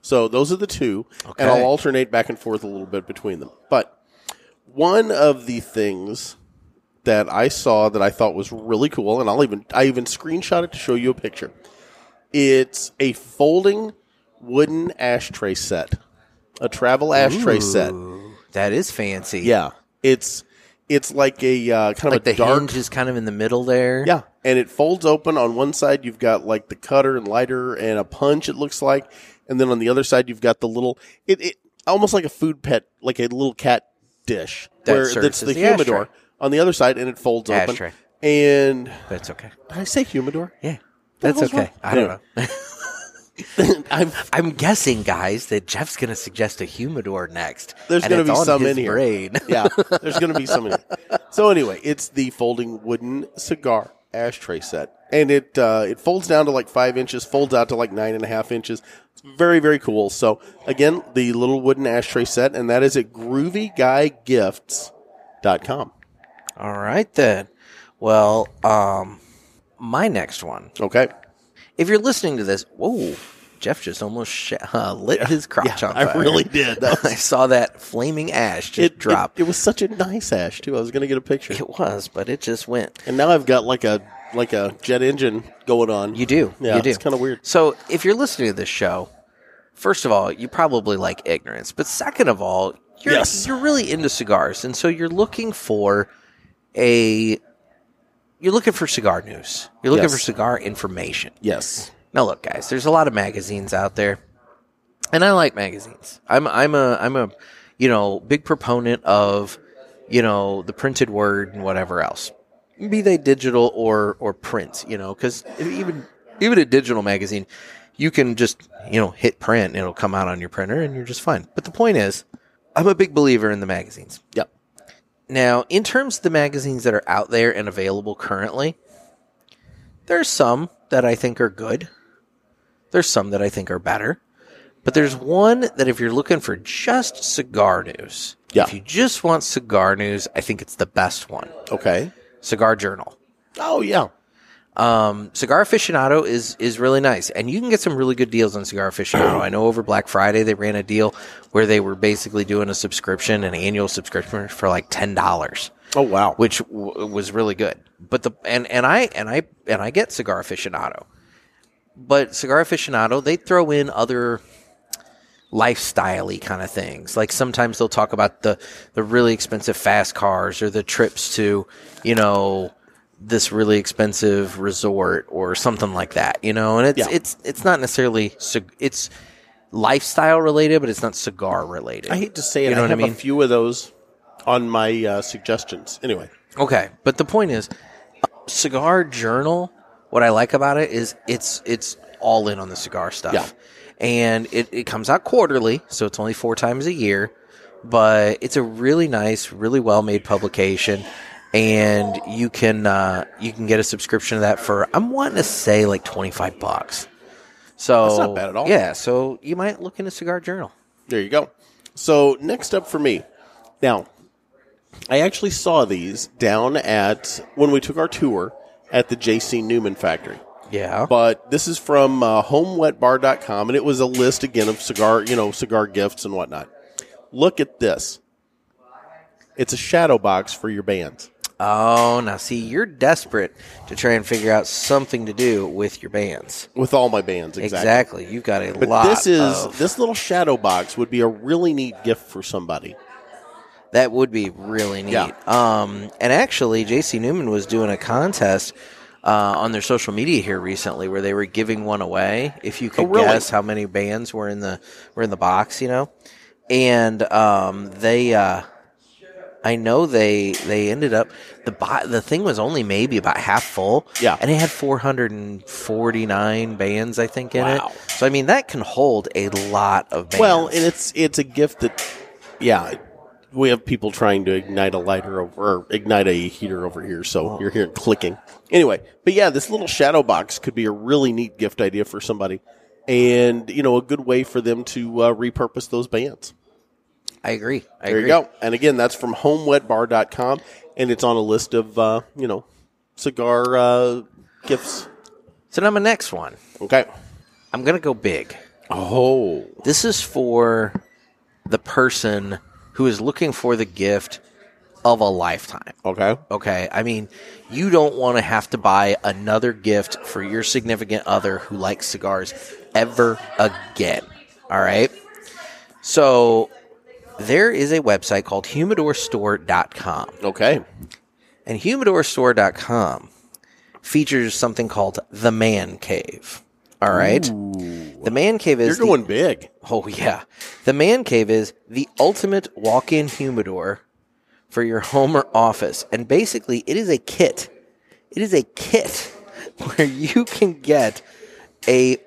S1: So those are the two, and
S2: Okay.
S1: I'll alternate back and forth a little bit between them. But one of the things that I saw that I thought was really cool, and I'll even I even screenshot it to show you a picture. It's a folding wooden ashtray set, a travel ashtray set.
S2: Ooh, that is fancy.
S1: Yeah, it's it's like a uh, kind
S2: Like
S1: of a
S2: the
S1: dark
S2: hinge is kind of in the middle there.
S1: yeah, and it folds open on one side. You've got like the cutter and lighter and a punch. It looks like, and then on the other side you've got the little it, it almost like a food pet, like a little cat dish
S2: That
S1: where
S2: serves
S1: that's the,
S2: as the
S1: humidor
S2: ashtray.
S1: on the other side, and it folds
S2: Ashtray.
S1: open. And
S2: But it's okay.
S1: did I say humidor?
S2: Yeah.
S1: The
S2: That's
S1: hell's
S2: okay.
S1: wrong?
S2: I don't
S1: Anyway.
S2: know.
S1: I'm,
S2: I'm guessing, guys, that Jeff's going to suggest a humidor next.
S1: There's
S2: and
S1: gonna
S2: it's
S1: be
S2: on
S1: some
S2: his
S1: in here.
S2: brain.
S1: yeah, there's going to be some. In it. So anyway, it's the folding wooden cigar ashtray set, and it uh, it folds down to like five inches, folds out to like nine and a half inches. It's very very cool. So again, the little wooden ashtray set, and that is at GroovyGuyGifts.com.
S2: All right then. Well, um, my next one.
S1: Okay,
S2: If you're listening to this, whoa, Jeff just almost sh- uh, lit his crotch on fire.
S1: I really did. That was-
S2: I saw that flaming ash just drop.
S1: It, it was such a nice ash too. I was going to get a picture,
S2: it was, but it just went.
S1: and now I've got like a like a jet engine going on.
S2: You do.
S1: Yeah,
S2: you do.
S1: it's kind of weird.
S2: So if you're listening to this show, first of all, you probably like ignorance, but second of all, you're
S1: Yes.
S2: you're really into cigars, and so you're looking for a you're looking for cigar news. You're looking
S1: Yes.
S2: for cigar information.
S1: Yes.
S2: Now look, guys, there's a lot of magazines out there, and I like magazines. I'm I'm a I'm a you know big proponent of you know the printed word and whatever else, be they digital or or print. You know, because even even a digital magazine, you can just you know hit print and it'll come out on your printer and you're just fine. But the point is, I'm a big believer in the magazines.
S1: Yep.
S2: Now, in terms of the magazines that are out there and available currently, there's some that I think are good. There's some that I think are better. But there's one that if you're looking for just cigar news,
S1: Yeah.
S2: if you just want cigar news, I think it's the best one.
S1: Okay.
S2: Cigar Journal.
S1: Oh yeah.
S2: Um, Cigar Aficionado is is really nice, and you can get some really good deals on Cigar Aficionado. I know over Black Friday they ran a deal where they were basically doing a subscription, an annual subscription for like ten dollars
S1: Oh wow.
S2: which w- was really good. But the and and I and I and I get cigar aficionado, but cigar aficionado they throw in other lifestyle-y kind of things. Like sometimes they'll talk about the the really expensive fast cars or the trips to you know this really expensive resort or something like that. You know, and it's
S1: Yeah.
S2: it's it's not necessarily cig- it's lifestyle related, but it's not cigar related.
S1: I hate to say it.
S2: You know
S1: I
S2: what I
S1: have
S2: mean?
S1: a few of those on my uh, suggestions. Anyway.
S2: Okay, but the point is, Cigar Journal. What I like about it is it's it's all in on the cigar stuff,
S1: Yeah.
S2: and it, it comes out quarterly, so it's only four times a year. But it's a really nice, really well made publication, and you can uh, you can get a subscription to that for I'm wanting to say like twenty five bucks. So
S1: That's not bad at all.
S2: Yeah, so you might look into Cigar Journal.
S1: There you go. So next up for me. Now, I actually saw these down at when we took our tour at the JC Newman factory.
S2: Yeah,
S1: But this is from uh, homewetbar.com, and it was a list again of cigar, you know, cigar gifts and whatnot. Look at this. It's a shadow box for your bands.
S2: Oh, now see, you're desperate to try and figure out something to do with your bands.
S1: With all my bands, exactly.
S2: Exactly. You've got a
S1: But
S2: lot.
S1: this is
S2: of-
S1: this little shadow box would be a really neat gift for somebody.
S2: that would be really neat.
S1: Yeah.
S2: Um, and actually, J.C. Newman was doing a contest uh, on their social media here recently where they were giving one away. If you could
S1: Oh, really?
S2: guess how many bands were in the were in the box, you know, and um, they. Uh, I know they they ended up the bo- the thing was only maybe about half full.
S1: Yeah.
S2: and it had 449 bands I think in
S1: Wow.
S2: it. So I mean that can hold a lot of bands.
S1: Well, and it's it's a gift that, yeah, we have people trying to ignite a lighter over, or ignite a heater over here,
S2: Oh.
S1: so you're hearing clicking. Anyway, but yeah, this little shadow box could be a really neat gift idea for somebody, and you know, a good way for them to uh, repurpose those bands.
S2: I agree. I
S1: There
S2: agree.
S1: you go. And again, that's from homewetbar.com, and it's on a list of uh, you know cigar uh, gifts.
S2: So now my next one,
S1: Okay.
S2: I'm gonna go big.
S1: Oh,
S2: This is for the person who is looking for the gift of a lifetime.
S1: okay.
S2: Okay. I mean, you don't want to have to buy another gift for your significant other who likes cigars ever again. All right. So there is a website called humidorstore.com.
S1: Okay.
S2: And humidorstore.com features something called the man cave. All right. The man cave is
S1: You're
S2: the-
S1: going big.
S2: Oh yeah. The man cave is the ultimate walk-in humidor for your home or office. And basically it is a kit. It is a kit where you can get a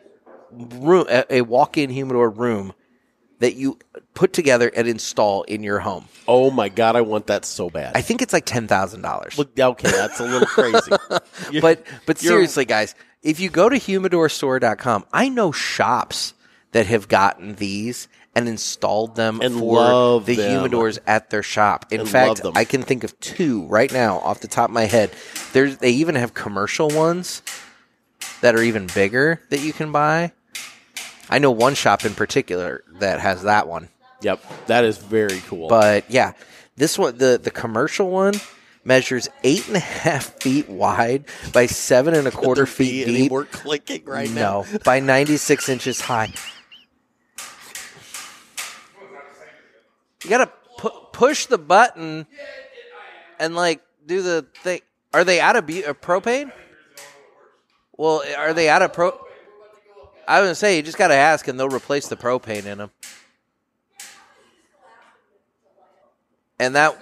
S2: room a, a walk-in humidor room that you put together and install in your home.
S1: Oh my god, I want that so bad.
S2: I think it's like $10,000.
S1: Look, okay, that's a little crazy. You're-
S2: but but
S1: you're-
S2: seriously, guys, if you go to humidorstore.com, I know shops that have gotten these and installed them
S1: And
S2: for
S1: love
S2: the
S1: them.
S2: humidors at their shop. In
S1: And love
S2: fact,
S1: them.
S2: I can think of two right now off the top of my head. There's they even have commercial ones that are even bigger that you can buy. I know one shop in particular that has that one.
S1: yep, that is very cool.
S2: But yeah, this one, the, the commercial one, measures eight and a half feet wide by seven and a quarter
S1: There'd
S2: feet
S1: be any
S2: deep.
S1: more clicking right now.
S2: no, by 96 inches high. You gotta pu- push the button and like do the thing. Are they out of bu- uh, propane? Well, are they out of pro? I was gonna say you just gotta ask, and they'll replace the propane in them. And that.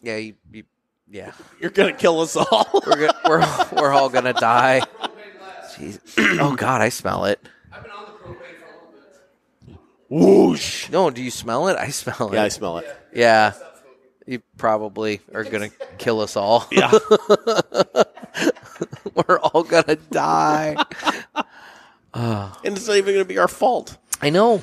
S2: Yeah, you, you, yeah,
S1: You're gonna kill us all.
S2: we're go- we're we're all gonna die. Jeez. Oh God, I smell it.
S1: Whoosh.
S2: No, do you smell it? I smell it.
S1: Yeah, I smell it.
S2: Yeah. You probably are going to kill us all.
S1: Yeah.
S2: We're all going to die.
S1: and it's not even gonna be our fault.
S2: I know.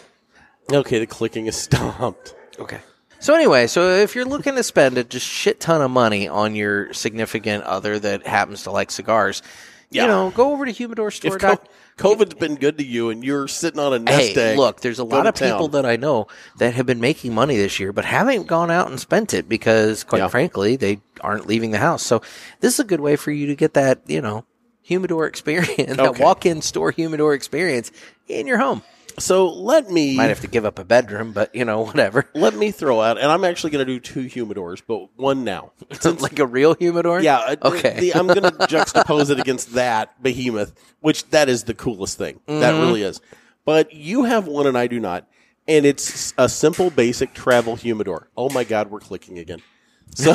S1: Okay, the clicking is stopped.
S2: Okay. So anyway, so if you're looking to spend a just shit ton of money on your significant other that happens to like cigars,
S1: Yeah.
S2: you know, go over to
S1: If
S2: humidorstore.
S1: co-
S2: dot-
S1: COVID's been good to you and you're sitting on a nest
S2: Hey,
S1: egg,
S2: look, there's a
S1: go
S2: lot
S1: to
S2: of people
S1: town.
S2: that I know that have been making money this year, but haven't gone out and spent it because, quite
S1: Yeah.
S2: frankly, they aren't leaving the house. So this is a good way for you to get that, you know, humidor experience, that
S1: Okay.
S2: walk-in store humidor experience in your home.
S1: So let me
S2: Might have to give up a bedroom, but you know, whatever.
S1: let me throw out, and I'm actually gonna do two humidors, but one now.
S2: like a real humidor.
S1: Yeah. uh,
S2: Okay.
S1: the- I'm going to juxtapose it against that behemoth, which that is the coolest thing. That
S2: Mm-hmm.
S1: really is. But you have one and I do not. And it's a simple, basic travel humidor. Oh my God, we're clicking again. So,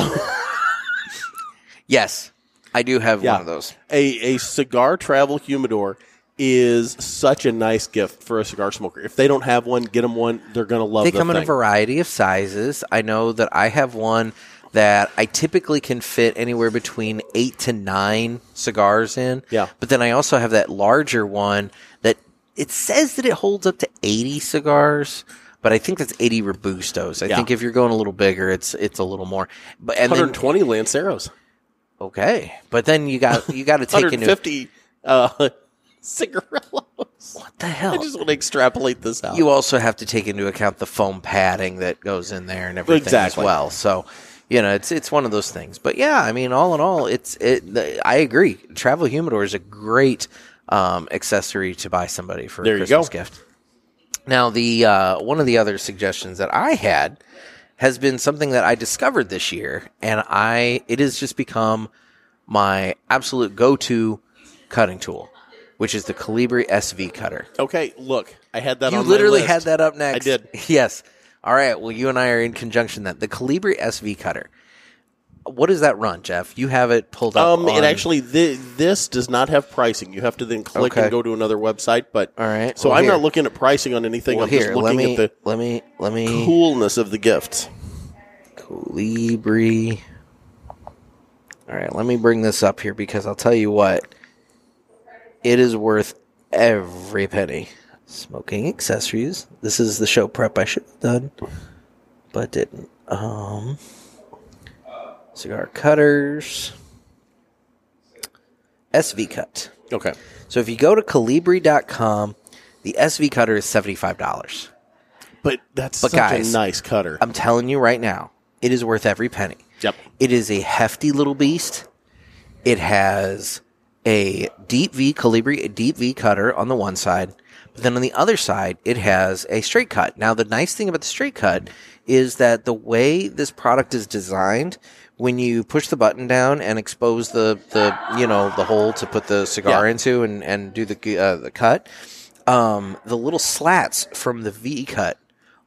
S2: Yes, I do have
S1: Yeah.
S2: one of those.
S1: a, a cigar travel humidor is such a nice gift for a cigar smoker. If they don't have one, get them one. They're going to love
S2: They
S1: the
S2: come in a
S1: thing.
S2: variety of sizes. I know that I have one that I typically can fit anywhere between eight to nine cigars in.
S1: Yeah.
S2: But then I also have that larger one that it says that it holds up to eighty cigars. But I think that's eighty robustos. I
S1: Yeah.
S2: think if you're going a little bigger, it's it's a little more. But and then
S1: 120 Lanceros,
S2: okay, but then you got you got to take into
S1: 150 uh, cigarillos.
S2: what the hell
S1: I just want to extrapolate this out.
S2: you also have to take into account the foam padding that goes in there and everything
S1: Exactly.
S2: as well. So, you know, it's it's one of those things. But yeah, I mean, all in all, it's it. The, I agree. Travel humidor is a great um, accessory to buy somebody for
S1: There
S2: a
S1: you
S2: Christmas
S1: go.
S2: gift. Now, the uh, one of the other suggestions that I had has been something that I discovered this year, and I it has just become my absolute go-to cutting tool, which is the Calibri SV cutter.
S1: Okay, look, I had that.
S2: You
S1: on my
S2: literally
S1: list.
S2: had that up next.
S1: I did.
S2: Yes. All right. Well, you and I are in conjunction then. The Calibri SV cutter. What does that run, Jeff? You have it pulled up.
S1: Um,
S2: on-
S1: and actually, thi- this does not have pricing. You have to then click
S2: Okay.
S1: and go to another website. But
S2: All right,
S1: so
S2: well,
S1: I'm
S2: here.
S1: not looking at pricing on anything.
S2: well,
S1: I'm
S2: here.
S1: just
S2: Let
S1: looking
S2: me,
S1: at
S2: let me. Let me.
S1: the coolness of the gifts.
S2: Calibri. All right. Let me bring this up here because I'll tell you what. It is worth every penny. Smoking accessories. This is the show prep I should have done, but didn't. Um, cigar cutters, SV cut.
S1: Okay,
S2: So if you go to calibri.com, the SV cutter is $75.
S1: but that's
S2: But
S1: such
S2: guys,
S1: a nice cutter.
S2: I'm telling you right now, it is worth every penny.
S1: Yep.
S2: It is a hefty little beast. It has a deep V Calibri, a deep V cutter on the one side, but then on the other side, it has a straight cut. Now, the nice thing about the straight cut is that the way this product is designed, when you push the button down and expose the, the you know the hole to put the cigar
S1: Yeah.
S2: into and, and do the uh, the cut, um, the little slats from the V cut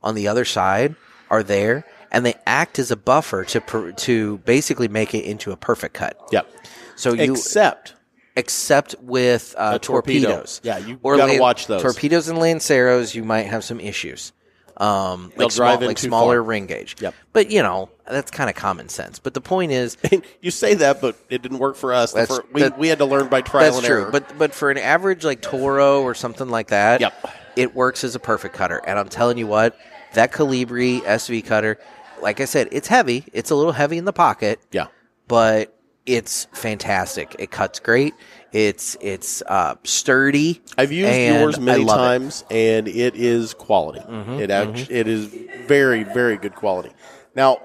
S2: on the other side are there, and they act as a buffer to per- to basically make it into a perfect cut.
S1: yep.
S2: So you
S1: Except
S2: except with uh,
S1: A torpedo.
S2: torpedoes,
S1: Yeah, you gotta watch those.
S2: torpedoes and lanceros. You might have some issues. Um,
S1: They'll
S2: like, small,
S1: drive in
S2: like
S1: too
S2: smaller
S1: far.
S2: ring gauge.
S1: Yep.
S2: But you know that's kind of common sense. But the point is,
S1: you say that, but it didn't work for us. The
S2: That's-
S1: fir- we,
S2: that-
S1: we had to learn by trial
S2: That's
S1: and
S2: true.
S1: error.
S2: But but for an average like Toro or something like that,
S1: Yep.
S2: it works as a perfect cutter. And I'm telling you what, that Calibri SV cutter, like I said, it's heavy. It's a little heavy in the pocket,
S1: yeah,
S2: but it's fantastic. It cuts great. It's it's uh, sturdy.
S1: I've used
S2: and
S1: yours
S2: I
S1: many
S2: love it. Mm-hmm,
S1: times, and it is quality. it act- it is very very good quality. Now,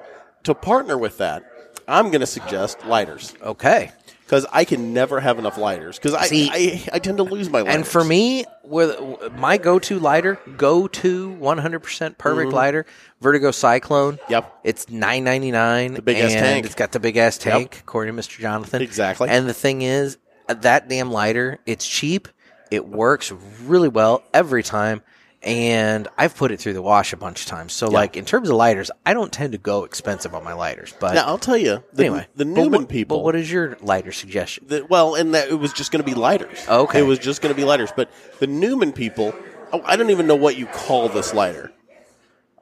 S1: to partner with that, I'm going to suggest lighters
S2: Okay.
S1: because I can never have enough lighters because I,
S2: See-
S1: I I tend to lose my lighters.
S2: And for me, with my go-to lighter, go-to 100% perfect lighter, Vertigo Cyclone.
S1: Mm-hmm. Yep.
S2: It's 9.99. The
S1: big-ass tank.
S2: It's got the big ass tank, according to Mr. Jonathan.
S1: Exactly.
S2: And the thing is, that damn lighter, it's cheap, it works really well every time, and I've put it through the wash a bunch of times. So like in terms of lighters, I don't tend to go expensive on my lighters, but
S1: Now I'll tell you. The,
S2: anyway,
S1: the
S2: But
S1: Newman
S2: what-
S1: people.
S2: But what is your lighter suggestion?
S1: the, well, and that it was just going to be lighters.
S2: Okay.
S1: it was just going to be lighters. But the Newman people, oh, I don't even know what you call this lighter.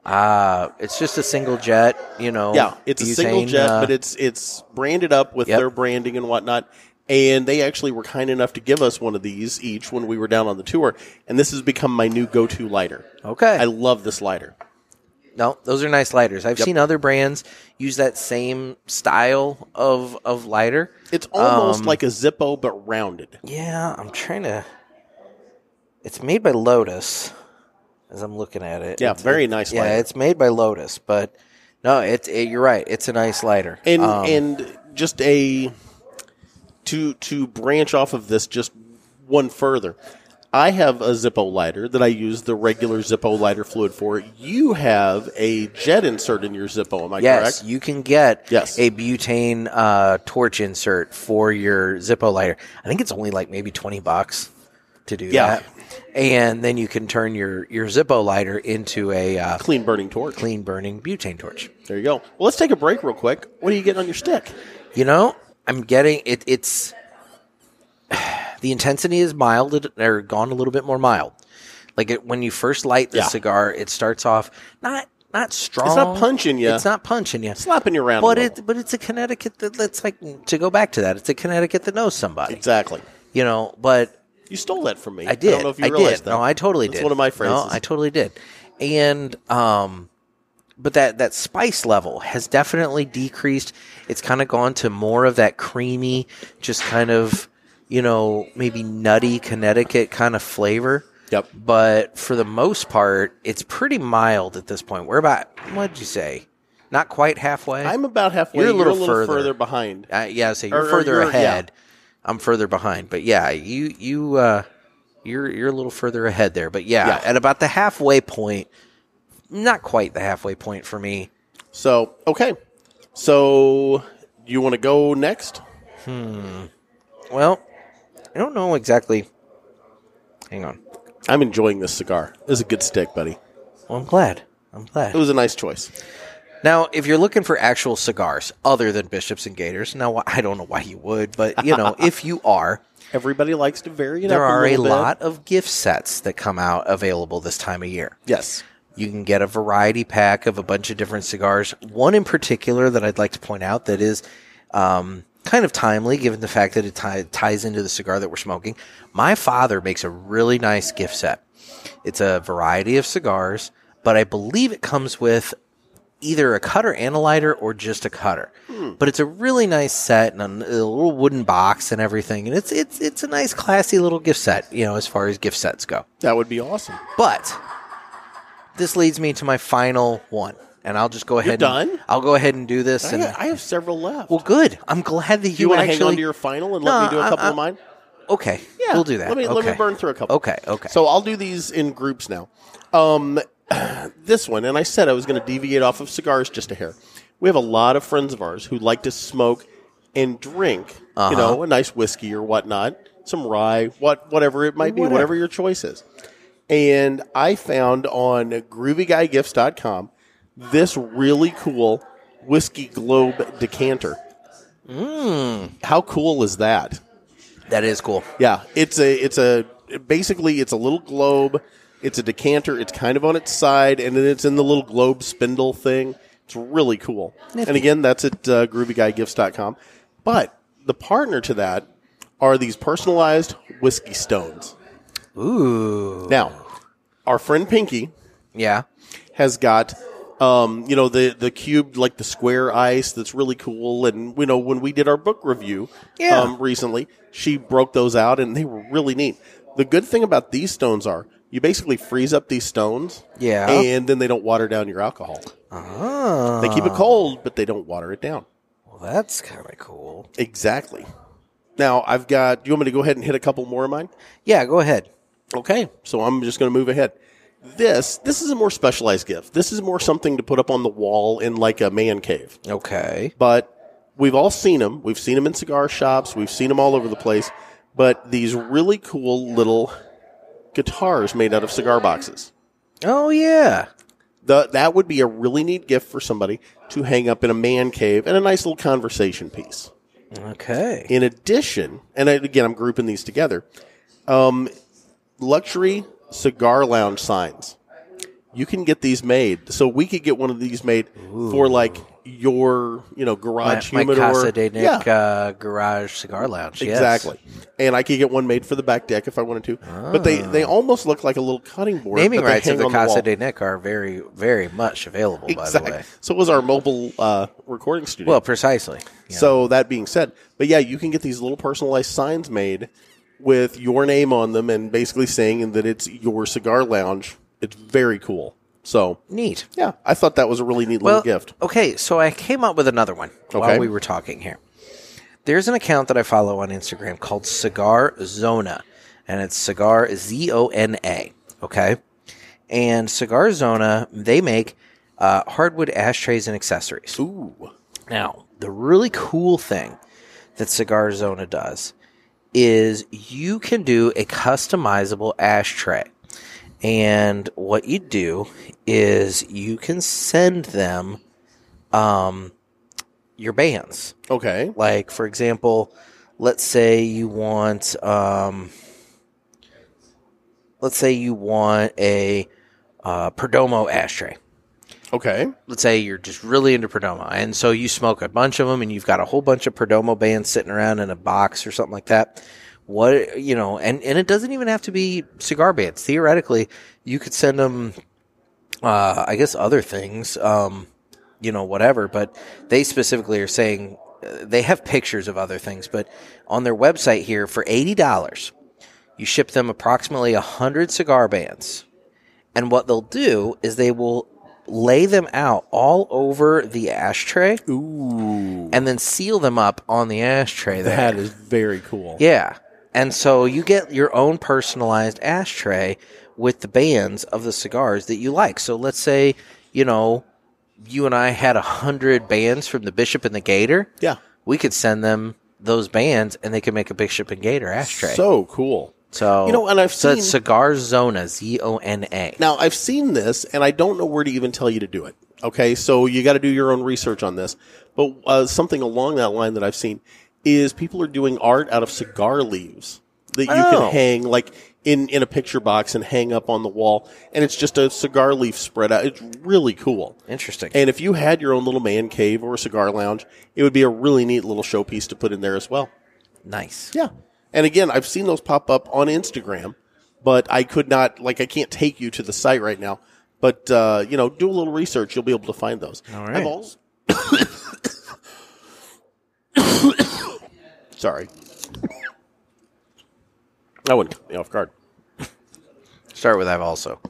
S2: Uh it's just a single jet, you know.
S1: Yeah, it's a single
S2: butane,
S1: jet,
S2: uh,
S1: but it's it's branded up with
S2: Yep.
S1: their branding and whatnot. And they actually were kind enough to give us one of these each when we were down on the tour. And this has become my new go-to lighter.
S2: okay.
S1: I love this lighter.
S2: No, those are nice lighters. I've seen other brands use that same style of of lighter.
S1: It's almost
S2: Um,
S1: like a Zippo but rounded.
S2: Yeah, I'm trying to. It's made by Lotus, as I'm looking at it.
S1: Yeah,
S2: It's-
S1: very nice
S2: Yeah,
S1: lighter.
S2: it's made by Lotus, but no, it's it, you're right. It's a nice lighter.
S1: and
S2: Um,
S1: and just a to to branch off of this just one further i have a zippo lighter that i use the regular zippo lighter fluid for you have a jet insert in your zippo am i
S2: yes,
S1: correct
S2: you can get
S1: Yes.
S2: a butane uh, torch insert for your Zippo lighter. I think it's only like maybe twenty bucks to do
S1: Yeah.
S2: that, and then you can turn your your Zippo lighter into a uh,
S1: clean burning torch
S2: clean burning butane torch.
S1: there you go well let's take a break real quick what do you get on your stick
S2: You know, I'm getting it. It's the intensity is mild or gone a little bit more mild. Like it, when you first light the
S1: Yeah.
S2: cigar, it starts off not not strong.
S1: punching ya.
S2: It's not punching you.
S1: slapping you around a
S2: But
S1: little.
S2: it but it's a Connecticut that, that's like to go back to that. It's a Connecticut that knows somebody.
S1: exactly
S2: You know, but
S1: you stole that from me
S2: I did.
S1: i don't know if you
S2: I
S1: realized
S2: did.
S1: that
S2: No, I totally
S1: That's
S2: did.
S1: one of my phrases
S2: No, I totally did. And um, but that that spice level has definitely decreased. It's kind of gone to more of that creamy, just kind of you know maybe nutty Connecticut kind of flavor.
S1: Yep.
S2: But for the most part, it's pretty mild at this point. We're about what'd you say? Not quite halfway.
S1: i'm about halfway
S2: You're a little
S1: further.
S2: further.
S1: behind
S2: Uh, yeah, so you're
S1: Or- or
S2: further
S1: you're-
S2: ahead. I'm further behind, but yeah, you you uh, you're you're a little further ahead there. But yeah,
S1: Yeah.
S2: at about the halfway point, not quite the halfway point for me.
S1: so okay so you want to go next
S2: Well, I don't know exactly. Hang on.
S1: I'm enjoying this cigar. This is a good stick, buddy.
S2: Well, I'm glad. I'm
S1: It
S2: glad.
S1: was a nice choice.
S2: Now, if you're looking for actual cigars other than Bishops and Gators, now I don't know why you would, but you know, if you are,
S1: Everybody likes to vary it
S2: there
S1: up.
S2: are a
S1: little bit.
S2: lot of gift sets that come out available this time of year.
S1: Yes.
S2: You can get a variety pack of a bunch of different cigars. One in particular that I'd like to point out that is um, kind of timely, given the fact that it ti- ties into the cigar that we're smoking. My father makes a really nice gift set. It's a variety of cigars, but I believe it comes with either a cutter and a lighter or just a cutter. But it's a really nice set and a, a little wooden box and everything, and it's it's it's a nice, classy little gift set. You know, as far as gift sets go.
S1: That would be awesome.
S2: But this leads me to my final one, and I'll just go ahead. and-
S1: done?
S2: I'll go ahead and do this.
S1: I,
S2: and
S1: I have several left.
S2: well, good. I'm glad that you,
S1: do you want to
S2: actually.
S1: hang on to your final and let
S2: No,
S1: me do a
S2: I-
S1: couple
S2: I-
S1: of mine?
S2: okay,
S1: Yeah.
S2: we'll do that.
S1: Let me,
S2: okay.
S1: let me burn through a couple.
S2: Okay, okay.
S1: So I'll do these in groups now. Um, this one, and I said I was going to deviate off of cigars just a hair. We have a lot of friends of ours who like to smoke and drink, you
S2: Uh-huh.
S1: know, a nice whiskey or whatnot, some rye, what whatever it might be, whatever,
S2: Whatever.
S1: your choice is. And I found on groovyguygifts.com this really cool whiskey globe decanter.
S2: Mm.
S1: How cool is that?
S2: that is cool.
S1: Yeah, it's a it's a basically it's a little globe. It's a decanter. It's kind of on its side, and then it's in the little globe spindle thing. It's really cool. And again, that's at uh, groovyguygifts.com. But the partner to that are these personalized whiskey stones.
S2: Ooh,
S1: Now, our friend Pinky
S2: yeah.
S1: has got um, you know the the cubed like the square ice that's really cool and you know when we did our book review
S2: Yeah.
S1: um, recently she broke those out and they were really neat the good thing about these stones are you basically freeze up these stones
S2: Yeah.
S1: and then they don't water down your alcohol
S2: Oh,
S1: they keep it cold but they don't water it down
S2: well, that's kind of cool.
S1: exactly now i've got do you want me to go ahead and hit a couple more of mine
S2: Yeah, go ahead.
S1: Okay, so I'm just going to move ahead. This this is a more specialized gift. This is more something to put up on the wall in like a man cave.
S2: Okay.
S1: But we've all seen them. We've seen them in cigar shops. We've seen them all over the place. but these really cool little guitars made out of cigar boxes.
S2: Oh yeah.
S1: The, that would be a really neat gift for somebody to hang up in a man cave and a nice little conversation piece.
S2: Okay.
S1: In addition, and I- again, I'm grouping these together, um, luxury cigar lounge signs. You can get these made. So we could get one of these made for like your, you know,
S2: My,
S1: garage
S2: my
S1: humidor.
S2: Casa de Nick
S1: Yeah.
S2: uh, Garage Cigar Lounge. Yes.
S1: Exactly. And I could get one made for the back deck if I wanted to. But they, they almost look like a little cutting board.
S2: Ah. Naming
S1: but they
S2: rights of
S1: hang
S2: the
S1: on wall.
S2: Casa de Nick are very, very much available. By
S1: Exactly.
S2: the way.
S1: So it was our mobile uh, recording studio.
S2: Well, precisely. Yeah.
S1: So that being said, but yeah, you can get these little personalized signs made with your name on them and basically saying that it's your cigar lounge. It's very cool. So
S2: neat.
S1: yeah, I thought that was a really neat
S2: Well,
S1: little gift.
S2: Okay, so I came up with another one
S1: Okay.
S2: while we were talking here. There's an account that I follow on Instagram called Cigar Zona, and it's cigar Z O N A. Okay, and Cigar Zona they make uh, hardwood ashtrays and accessories.
S1: Ooh.
S2: Now, the really cool thing that Cigar Zona does is you can do a customizable ashtray. And what you do is you can send them um, your bands.
S1: Okay.
S2: Like, for example, let's say you want, um, let's say you want a uh, Perdomo ashtray
S1: Okay.
S2: let's say you're just really into Perdomo, and so you smoke a bunch of them, and you've got a whole bunch of Perdomo bands sitting around in a box or something like that. What you know, and and it doesn't even have to be cigar bands. Theoretically, you could send them, uh, I guess, other things, um, you know, whatever. But they specifically are saying uh, they have pictures of other things, but on their website here for eighty dollars, you ship them approximately hundred cigar bands. And what they'll do is they will lay them out all over the ashtray
S1: Ooh.
S2: and then seal them up on the ashtray. There.
S1: That is very cool.
S2: yeah. And so you get your own personalized ashtray with the bands of the cigars that you like. So let's say, you know, you and I had a hundred bands from the Bishop and the Gator.
S1: Yeah.
S2: We could send them those bands and they could make a Bishop and Gator ashtray. So,
S1: So cool. You know, and I've
S2: so it's
S1: seen-
S2: Cigar Zona, Z O N A.
S1: Now, I've seen this, and I don't know where to even tell you to do it. Okay, so you got to do your own research on this. But uh, something along that line that I've seen is people are doing art out of cigar leaves that you
S2: Oh.
S1: can hang like in in a picture box and hang up on the wall, and it's just a cigar leaf spread out. It's really cool.
S2: Interesting.
S1: And if you had your own little man cave or a cigar lounge, it would be a really neat little showpiece to put in there as well.
S2: Nice.
S1: Yeah. And again, I've seen those pop up on Instagram, but I could not, like, I can't take you to the site right now. But, uh, you know, do a little research. You'll be able to find those.
S2: All
S1: I've
S2: right.
S1: also- Sorry. That wouldn't cut me off guard.
S2: Start with I've also.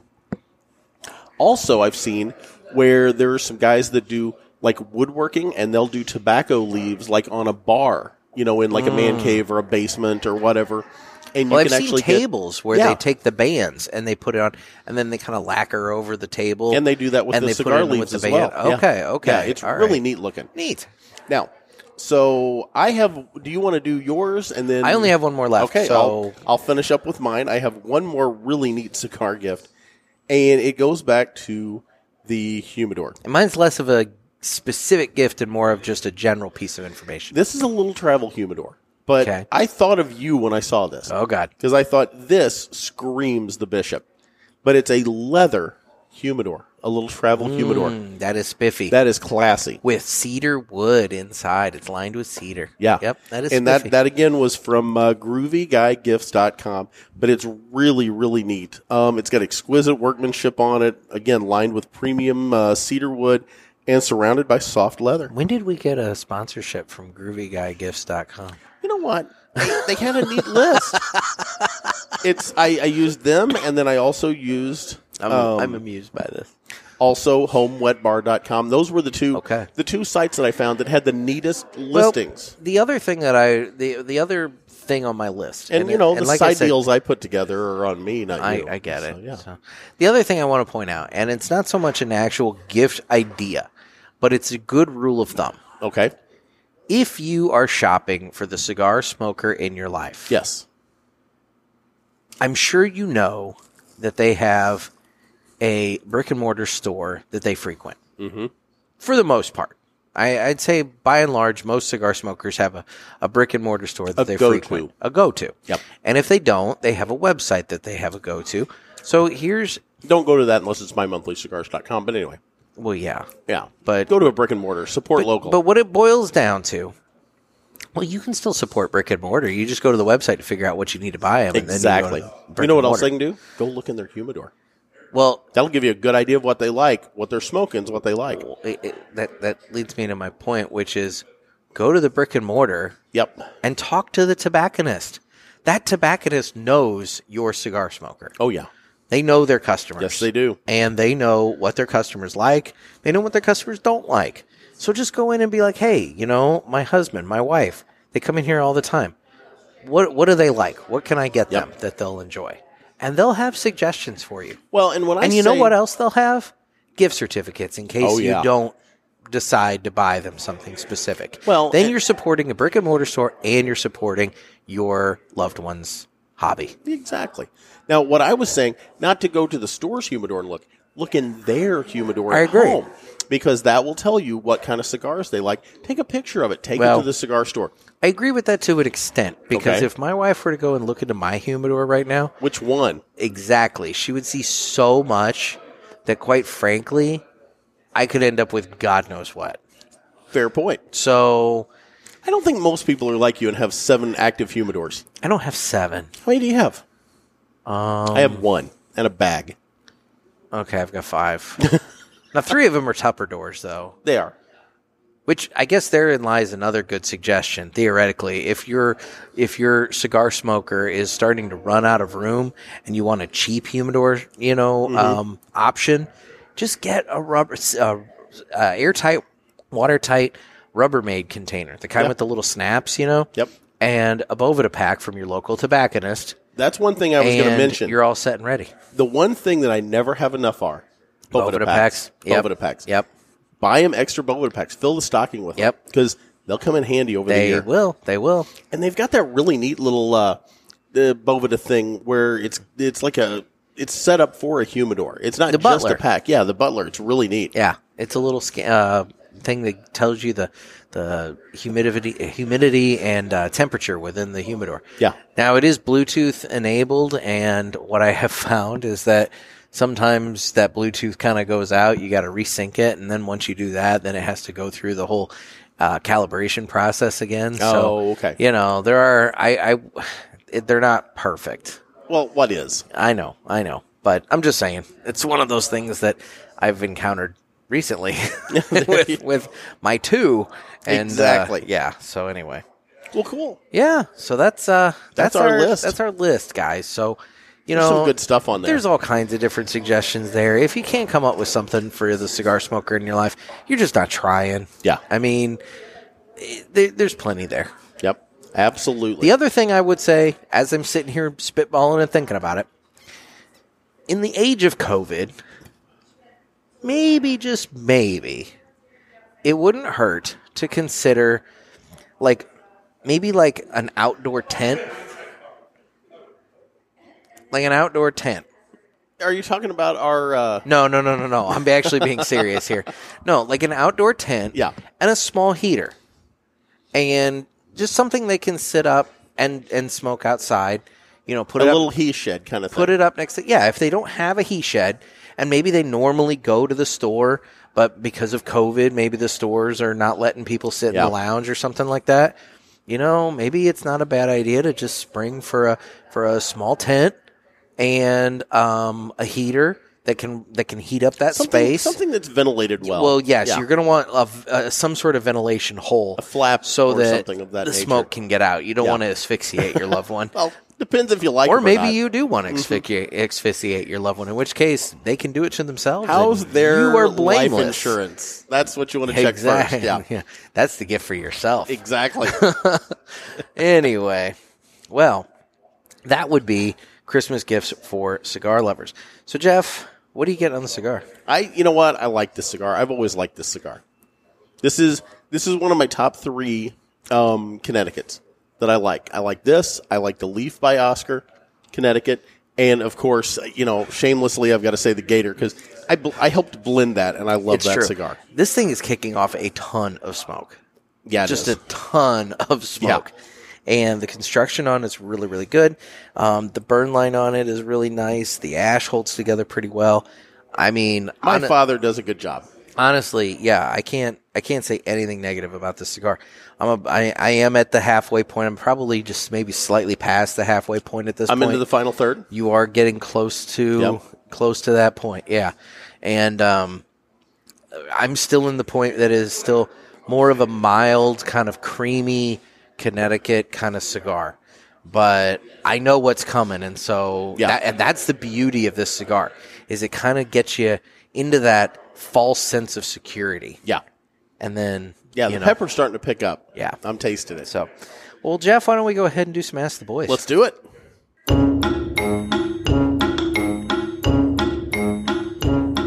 S1: Also, I've seen where there are some guys that do, like, woodworking and they'll do tobacco leaves, like, on a bar, you know, in, like, a man cave or a basement or whatever. And
S2: Mm. Well,
S1: you
S2: I've
S1: can
S2: seen
S1: actually get-
S2: tables where
S1: Yeah.
S2: they take the bands and they put it on, and then they kind of lacquer over the table.
S1: and they do that with
S2: and
S1: the
S2: they put it
S1: cigar
S2: in with
S1: leaves
S2: the
S1: as
S2: band.
S1: well. Yeah.
S2: Okay, okay,
S1: yeah, it's
S2: all right.
S1: really neat looking.
S2: Neat.
S1: Now, so I have. Do you want to do yours and then?
S2: I only have one more left.
S1: Okay,
S2: so
S1: I'll, I'll finish up with mine. I have one more really neat cigar gift, and it goes back to the humidor.
S2: and mine's less of a specific gift and more of just a general piece of information.
S1: This is a little travel humidor, but
S2: Okay.
S1: I thought of you when I saw this
S2: oh God,
S1: because I thought this screams the bishop, but it's a leather humidor, a little travel humidor.
S2: Mm, that is spiffy.
S1: That is classy.
S2: with cedar wood inside, it's lined with cedar.
S1: Yeah.
S2: Yep. That is
S1: and
S2: spiffy.
S1: that that again was from uh, groovyguyGifts.com, but it's really really neat. Um, it's got exquisite workmanship on it. Again, lined with premium uh, cedar wood and surrounded by soft leather.
S2: when did we get a sponsorship from GroovyGuyGifts.com?
S1: You know what? They- They had a neat list. It's I, I used them, and then I also used
S2: I'm,
S1: um,
S2: I'm amused by this.
S1: also homewetbar.com. Those were the two
S2: Okay.
S1: the two sites that I found that had the neatest listings.
S2: Well, the other thing that I the the other thing on my list,
S1: And, you know the
S2: like I
S1: side
S2: said,
S1: deals I put together are on me, not
S2: I,
S1: you.
S2: I get it.
S1: So, yeah.
S2: So, the other thing I want to point out, and it's not so much an actual gift idea, but it's a good rule of thumb.
S1: Okay.
S2: If you are shopping for the cigar smoker in your life,
S1: Yes.
S2: I'm sure you know that they have a brick and mortar store that they frequent. Mm-hmm. For the most part, I, I'd say by and large, most cigar smokers have a, a brick and mortar store that
S1: A
S2: they
S1: go-to.
S2: frequent, a go to.
S1: Yep.
S2: And if they don't, they have a website that they have a go to. So here's,
S1: Don't go to that unless it's mymonthlycigars.com. But anyway,
S2: well, yeah,
S1: yeah.
S2: But-
S1: go to a brick and mortar, support local.
S2: But what it boils down to, well, you can still support brick and mortar. You just go to the website to figure out what you need to buy 'em,
S1: exactly.
S2: And then you, go to
S1: You,
S2: brick
S1: know what
S2: and
S1: else they
S2: mortar.
S1: can do? Go look in their humidor.
S2: Well,
S1: That'll give you a good idea of what they like, what they're smoking, is what they like.
S2: it, it, that that leads me to my point, which is go to the brick and mortar
S1: Yep.
S2: and talk to the tobacconist. That tobacconist knows your cigar smoker.
S1: Oh yeah.
S2: They know their customers.
S1: Yes, they do.
S2: and they know what their customers like. They know what their customers don't like. So just go in and be like, "Hey, you know, my husband, my wife, they come in here all the time. What what do they like? What can I get
S1: Yep.
S2: them that they'll enjoy?" And they'll have suggestions for you.
S1: Well, and when I
S2: And you know
S1: say-
S2: what else they'll have? Gift certificates in case
S1: Oh, yeah.
S2: you don't decide to buy them something specific.
S1: Well,
S2: then
S1: and-
S2: you're supporting a brick and mortar store and you're supporting your loved one's hobby.
S1: Exactly. Now, what I was saying, not to go to the store's humidor and look, look in their humidor
S2: I
S1: at
S2: agree.
S1: home because that will tell you what kind of cigars they like. Take a picture of it. Take
S2: Well-
S1: it to the cigar store.
S2: I agree with that to an extent because
S1: Okay.
S2: if my wife were to go and look into my humidor right now,
S1: Which one?
S2: exactly, she would see so much that quite frankly, I could end up with God knows what.
S1: Fair point.
S2: So
S1: I don't think most people are like you and have seven active humidors.
S2: I don't have seven.
S1: How many do you have? I
S2: Um,
S1: have one and a bag.
S2: Okay, I've got five. now, three of them are Tupper doors, though,
S1: They are.
S2: which I guess therein lies another good suggestion. Theoretically, if your if your cigar smoker is starting to run out of room and you want a cheap humidor, you know,
S1: Mm-hmm.
S2: um, option, just get a rubber, s- uh, uh, airtight, watertight Rubbermaid container, the kind
S1: Yeah.
S2: with the little snaps, you know.
S1: Yep.
S2: And a Bovita pack from your local tobacconist.
S1: That's one thing I was going to
S2: and
S1: mention.
S2: you're all set and ready.
S1: the one thing that I never have enough are Bovita, packs.
S2: Yep.
S1: Bovita packs.
S2: Yep.
S1: Buy them extra Bovita packs. Fill the stocking with them.
S2: Yep.
S1: Because they'll come in handy over the
S2: They
S1: year.
S2: will. They will.
S1: and they've got that really neat little uh, the Bovita thing where it's it's like a it's set up for a humidor. It's not
S2: The
S1: just
S2: butler.
S1: a pack. Yeah, the butler. It's really neat.
S2: Yeah, it's a little sca- uh, thing that tells you the the humidity, humidity and uh, temperature within the humidor.
S1: Yeah.
S2: Now it is Bluetooth enabled, and what I have found is that sometimes that Bluetooth kind of goes out. You got to resync it, and then once you do that, then it has to go through the whole uh, calibration process again.
S1: Oh, okay.
S2: You know, there are I, I it, they're not perfect.
S1: Well, what is?
S2: I know, I know, but I'm just saying it's one of those things that I've encountered recently with with my two and uh,
S1: Exactly.
S2: yeah. So anyway,
S1: Well, cool.
S2: yeah. So that's uh that's,
S1: our list.
S2: That's our list, guys. So you
S1: There's
S2: know,
S1: some good stuff on there.
S2: There's all kinds of different suggestions there. If you can't come up with something for the cigar smoker in your life, you're just not trying.
S1: Yeah.
S2: I mean, it- there, there's plenty there.
S1: Yep. Absolutely.
S2: The other thing I would say, as I'm sitting here spitballing and thinking about it, in the age of COVID, maybe just maybe it wouldn't hurt to consider like maybe like an outdoor tent. Like an outdoor tent.
S1: Are you talking about our? Uh,
S2: No, no, no, no, no. I'm actually being serious here. No, like an outdoor tent
S1: Yeah.
S2: and a small heater. And just something they can sit up and and smoke outside. You know, put
S1: a
S2: it up-
S1: little he shed kind of thing.
S2: put it up next to yeah if they don't have a he shed and maybe they normally go to the store but because of covid maybe the stores are not letting people sit in
S1: Yeah.
S2: the lounge or something like that you know maybe it's not a bad idea to just spring for a for a small tent and um, a heater that can that can heat up that
S1: something,
S2: space
S1: Something that's ventilated well.
S2: well, yes,
S1: Yeah.
S2: you're going to want a v- uh, some sort of ventilation hole, a
S1: flap
S2: so
S1: or
S2: that,
S1: something of that
S2: the
S1: nature.
S2: smoke can get out. You don't
S1: Yeah.
S2: want to asphyxiate your loved one
S1: Well, depends if you like.
S2: or
S1: them
S2: maybe
S1: not. Mm-hmm.
S2: you do want to asphyxiate, asphyxiate your loved one, in which case they can do it to themselves.
S1: How's
S2: and
S1: their
S2: you are
S1: life
S2: blameless.
S1: insurance? That's what you want to
S2: Exactly.
S1: check first. Yeah.
S2: That's the gift for yourself.
S1: Exactly.
S2: anyway, well, that would be Christmas gifts for cigar lovers. So, Jeff, what do you get on the cigar?
S1: I you know what? I like this cigar. I've always liked this cigar. This is this is one of my top three um, Connecticuts that I like. I like this. I like the Leaf by Oscar. Connecticut, and of course, you know, shamelessly, I've got to say the Gator because I bl- I helped blend that, and I love
S2: It's
S1: that
S2: true.
S1: cigar.
S2: This thing is kicking off a ton of smoke.
S1: Yeah, it
S2: just
S1: is.
S2: a ton of smoke. And the construction on it's really, really good. Um, the burn line on it is really nice. The ash holds together pretty well. I mean,
S1: my
S2: hon-
S1: father does a good job.
S2: honestly, yeah, I can't, I can't say anything negative about this cigar. I'm, a, I, I am at the halfway point. I'm probably just maybe slightly past the halfway point at this
S1: I'm
S2: point
S1: into the final third.
S2: you are getting close to
S1: Yep.
S2: close to that point. Yeah, and um, I'm still in the point that is still more of a mild kind of creamy Connecticut kind of cigar. But I know what's coming, and so
S1: Yeah.
S2: that, and that's the beauty of this cigar is it kind of gets you into that false sense of security,
S1: Yeah,
S2: and then
S1: yeah.
S2: you
S1: The
S2: know,
S1: pepper's starting to pick up.
S2: Yeah.
S1: I'm tasting it.
S2: So, well, Jeff, why don't we go ahead and do some Ask the Boys?
S1: Let's do it.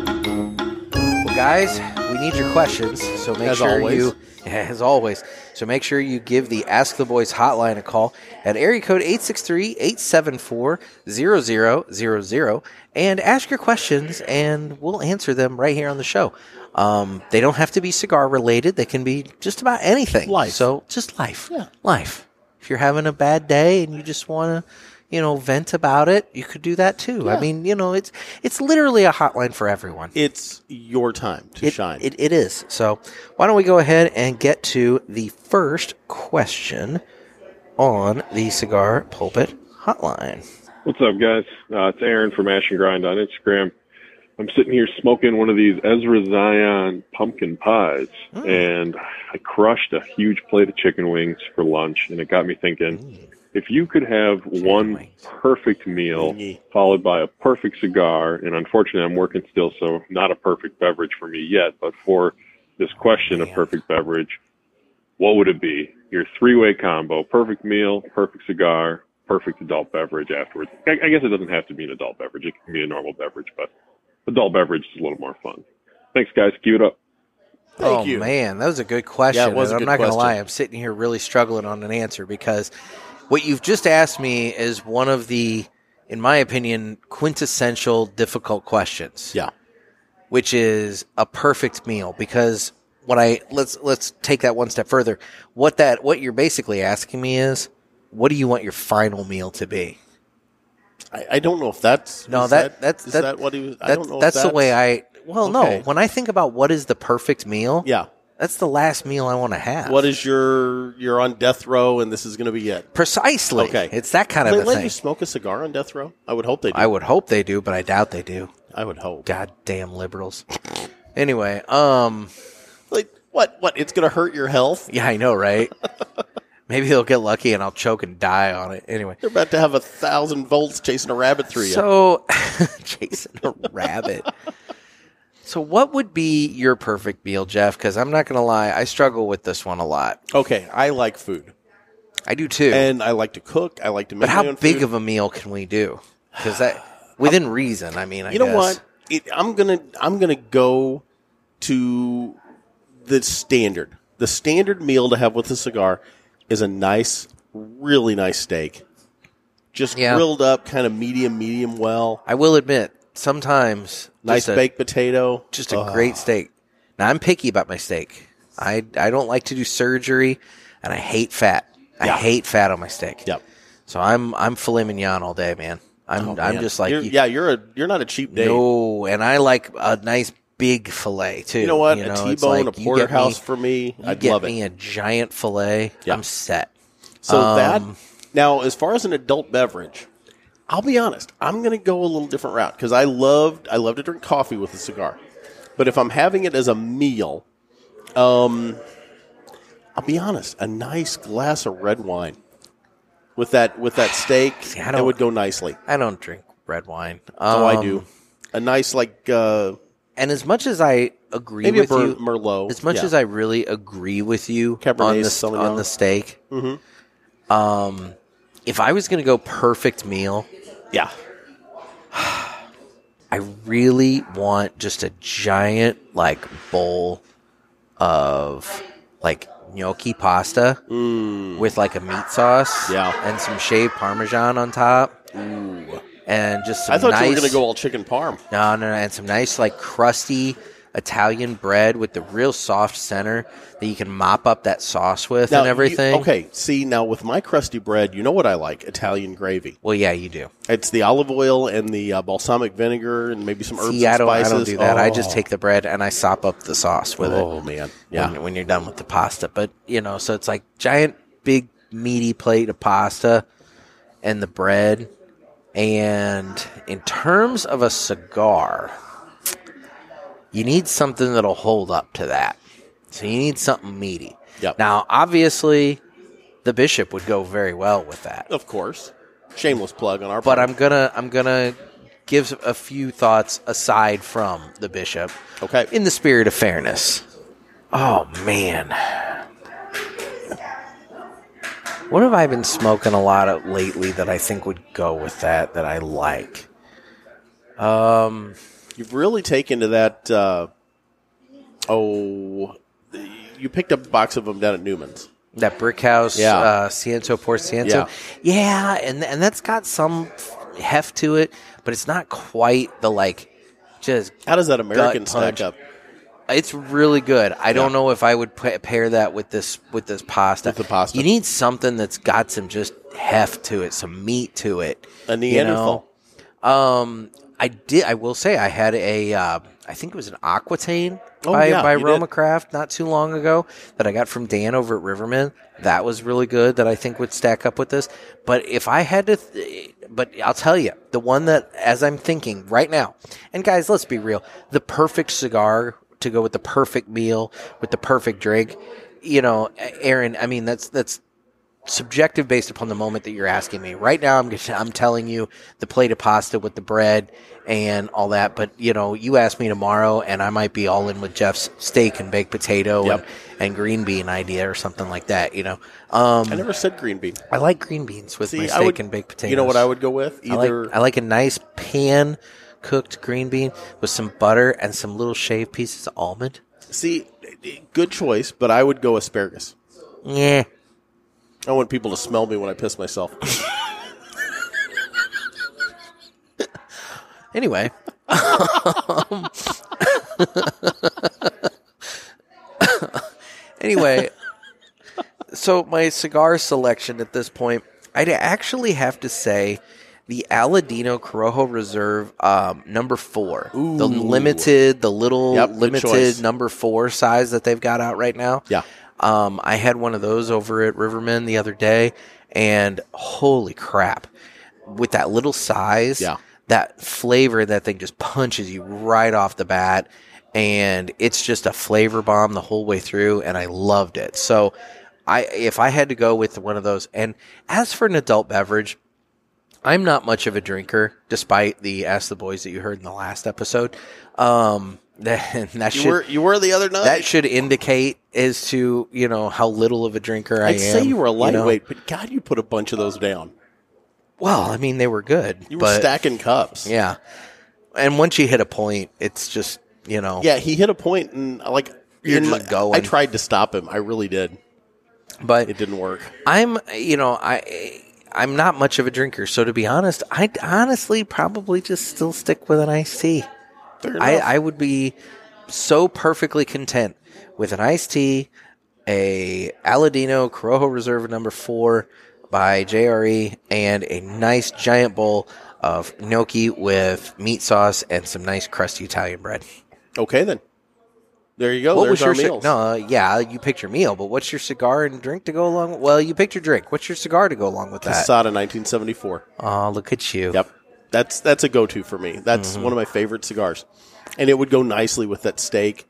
S2: Well, guys, we need your questions, so make
S1: As
S2: sure
S1: always.
S2: you, as always, so make sure you give the Ask the Boys hotline a call at area code 863-874-0000 and ask your questions, and we'll answer them right here on the show. Um, they don't have to be cigar related; they can be just about anything.
S1: Life.
S2: So just life.
S1: Yeah.
S2: Life. If you're having a bad day and you just want to, you know, vent about it, you could do that too. I
S1: Yeah.
S2: mean, you know, it's it's literally a hotline for everyone
S1: It's your time to shine.
S2: it- it is. So why don't we go ahead and get to the first question on the cigar pulpit hotline.
S3: What's up, guys? Uh, it's Aaron from Ash and Grind on Instagram. I'm sitting here smoking one of these Ezra Zion pumpkin pies, and I crushed a huge plate of chicken wings for lunch, and it got me thinking if you could have one
S2: wings.
S3: perfect meal
S1: Yeah.
S3: followed by a perfect cigar, and unfortunately, I'm working still, so not a perfect beverage for me yet, but for this question of perfect beverage, what would it be? Your three way combo perfect meal, perfect cigar, perfect adult beverage afterwards. I, I guess it doesn't have to be an adult beverage, it can be a normal beverage, but adult beverage is a little more fun. Thanks, guys. Keep it up.
S1: Thank
S2: oh
S1: you.
S2: man, that was a good question.
S1: Yeah, it was a
S2: and I'm
S1: good
S2: not gonna lie,
S1: question.
S2: I'm sitting here really struggling on an answer because what you've just asked me is one of the, in my opinion, quintessential difficult questions.
S1: Yeah.
S2: which is a perfect meal because what I let's let's take that one step further. What that what you're basically asking me is what do you want your final meal to be?
S1: I, I don't know if that's
S2: No,
S1: is
S2: that, that's
S1: is
S2: that,
S1: that what he was. I
S2: that's-
S1: don't know. if
S2: That's, the way I. Well,
S1: Okay.
S2: no. When I think about what is the perfect meal,
S1: Yeah.
S2: that's the last meal I want to have.
S1: What is your? You're on death row, and this is going to be it.
S2: precisely?
S1: Okay.
S2: it's that kind
S1: Do
S2: of
S1: they
S2: a
S1: let
S2: thing.
S1: you smoke a cigar on death row? I would hope they do.
S2: I
S1: I,
S2: would hope they do, but I doubt they do.
S1: would hope.
S2: Goddamn liberals. anyway, um,
S1: Like what? What? It's going to hurt your health.
S2: yeah, I know, right? Maybe they'll get lucky and I'll choke and die on it. Anyway,
S1: They're about to have a thousand volts chasing a rabbit through you.
S2: So, Jason a rabbit. So, what would be your perfect meal, Jeff? Because I'm not going to lie, I struggle with this one a lot.
S1: okay, I like food,
S2: I do too.
S1: and I like to cook. I like to make.
S2: but
S1: my
S2: how
S1: own
S2: big
S1: food.
S2: of a meal can we do? Because that, within reason, I mean, I
S1: you know
S2: guess.
S1: what? It, I'm gonna I'm gonna go to the standard. The standard meal to have with a cigar is a nice, really nice steak, just
S2: Yeah.
S1: grilled up, kind of medium, medium well.
S2: I will admit, sometimes
S1: Nice
S2: just a,
S1: baked potato,
S2: just a
S1: Ugh.
S2: great steak. Now, I'm picky about my steak. I I don't like to do surgery, and I hate fat. I
S1: Yeah.
S2: hate fat on my steak.
S1: Yep. Oh,
S2: So I'm I'm filet mignon all day, man. I'm I'm
S1: Man,
S2: just like
S1: you're- yeah, you're a you're not a cheap date.
S2: No, and I like a nice big fillet too.
S1: you know what? a
S2: know,
S1: T
S2: it's
S1: bone, a
S2: like, you get me-
S1: porterhouse for me,
S2: You
S1: I'd
S2: get
S1: love
S2: me
S1: it.
S2: a giant fillet.
S1: Yeah.
S2: I'm set.
S1: So that
S2: um,
S1: now, as far as an adult beverage, I'll be honest. I'm going to go a little different route because I loved I love to drink coffee with a cigar, but if I'm having it as a meal, um, I'll be honest. A nice glass of red wine with that with that steak,
S2: I
S1: it
S2: don't-
S1: would go nicely.
S2: I don't drink red wine.
S1: Oh, I
S2: Um,
S1: do. A nice like uh,
S2: And as much as I agree
S1: maybe a
S2: with
S1: Mer-
S2: you,
S1: merlot.
S2: as much
S1: Yeah.
S2: as I really agree with you on
S1: Cabernet
S2: the
S1: Sauvignon. Mm-hmm.
S2: on the steak, um, if I was going to go perfect meal,
S1: yeah,
S2: I really want just a giant like bowl of like gnocchi pasta with like a meat sauce
S1: Mm. Yeah.
S2: and some shaved parmesan on top and just some
S1: I thought
S2: nice,
S1: you were going to go all chicken parm.
S2: No, no, no, and some nice like crusty Italian bread with the real soft center that you can mop up that sauce with
S1: Now,
S2: and
S1: you-
S2: everything.
S1: okay, see now with my crusty bread, you know what I like? Italian gravy.
S2: Well, yeah, you do.
S1: It's the olive oil and the uh, balsamic vinegar and maybe some herbs
S2: See,
S1: and
S2: I don't, I
S1: spices.
S2: don't do that. I just
S1: Oh.
S2: take the bread and I sop up the sauce with it.
S1: Oh man, yeah.
S2: when, when you're done with the pasta. But you know, so it's like giant, big, meaty plate of pasta and the bread. And in terms of a cigar, you need something that'll hold up to that. So you need something meaty.
S1: Yep.
S2: Now, obviously, the bishop would go very well with that.
S1: Of course, shameless plug on our.
S2: But
S1: part.
S2: I'm gonna I'm gonna give a few thoughts aside from the bishop
S1: okay.
S2: in the spirit of fairness. Oh man. What have I been smoking a lot of lately that I think would go with that that I like? Um
S1: You've really taken to that. Uh, oh, you picked up a box of them down at Newman's.
S2: that brick house
S1: Yeah.
S2: uh Ciento por Ciento. Yeah. and and that's got some heft to it, but it's not quite the like just
S1: How does that American
S2: Gut
S1: stack
S2: punch.
S1: up?
S2: It's really good. I don't
S1: Yeah.
S2: know if I would pa- pair that with this with this pasta.
S1: With the pasta.
S2: you need something that's got some just heft to it, some meat to it.
S1: A
S2: you know?
S1: Neanderthal.
S2: Um, I did. I will say I had a. Uh, I think it was an Aquitaine
S1: Oh,
S2: by
S1: yeah,
S2: by
S1: you did.
S2: Roma Craft not too long ago that I got from Dan over at Riverman. That was really good. That I think would stack up with this. But if I had to, th- but I'll tell you the one that as I'm thinking right now, and guys, let's be real, the perfect cigar to go with the perfect meal with the perfect drink. You know, Aaron. I mean, that's that's subjective based upon the moment that you're asking me. Right now, I'm just, I'm telling you the plate of pasta with the bread and all that. But you know, you ask me tomorrow, and I might be all in with Jeff's steak and baked potato
S1: Yep.
S2: and, and green bean idea or something like that. You know, um,
S1: I never said green bean.
S2: I like green beans with my
S1: See,
S2: steak
S1: I would,
S2: and baked potatoes.
S1: You know what I would go with?
S2: I like-
S1: Either
S2: I like a nice pan cooked green bean with some butter and some little shaved pieces of almond.
S1: see, good choice, but I would go asparagus.
S2: Yeah.
S1: I want people to smell me when I piss myself.
S2: Anyway. Um, anyway, so my cigar selection at this point, I'd actually have to say the Aladino Corojo Reserve um, number four. The
S1: Ooh.
S2: limited, the little
S1: Yep, good choice.
S2: limited number four size that they've got out right now.
S1: Yeah.
S2: Um, I had one of those over at Riverman the other day, and holy crap! With that little size,
S1: Yeah.
S2: that flavor, that thing just punches you right off the bat, and it's just a flavor bomb the whole way through, and I loved it. So, I if I had to go with one of those, and as for an adult beverage, I'm not much of a drinker, despite the ask the boys that you heard in the last episode. Um, that, that
S1: you
S2: should-
S1: were you were the other night.
S2: that should indicate as to you know how little of a drinker I
S1: I'd
S2: am.
S1: say you were a
S2: know?
S1: lightweight, but God, you put a bunch of those down.
S2: Well, I mean they were good.
S1: You were
S2: but,
S1: stacking cups.
S2: Yeah, and once you hit a point, it's just you know.
S1: Yeah, he hit a point, and like
S2: You're
S1: in
S2: just
S1: my-
S2: going.
S1: I tried to stop him. I really did.
S2: But
S1: It didn't work.
S2: I'm you know I I'm not much of a drinker, so to be honest, I'd honestly probably just still stick with an iced tea.
S1: Fair
S2: I,
S1: enough.
S2: I would be so perfectly content with an iced tea, a Aladino Corojo Reserve number four by JRE, and a nice giant bowl of gnocchi with meat sauce and some nice crusty Italian bread.
S1: okay, then. There you go.
S2: what
S1: Oh, There's
S2: was your
S1: our
S2: ci-
S1: meals.
S2: no? uh, yeah, you picked your meal, but what's your cigar and drink to go along? With, well, you picked your drink. What's your cigar to go along with that?
S1: Casada 1974.
S2: Oh, look at you.
S1: Yep. That's that's a go-to for me. That's
S2: Mm-hmm.
S1: one of my favorite cigars. And it would go nicely with that steak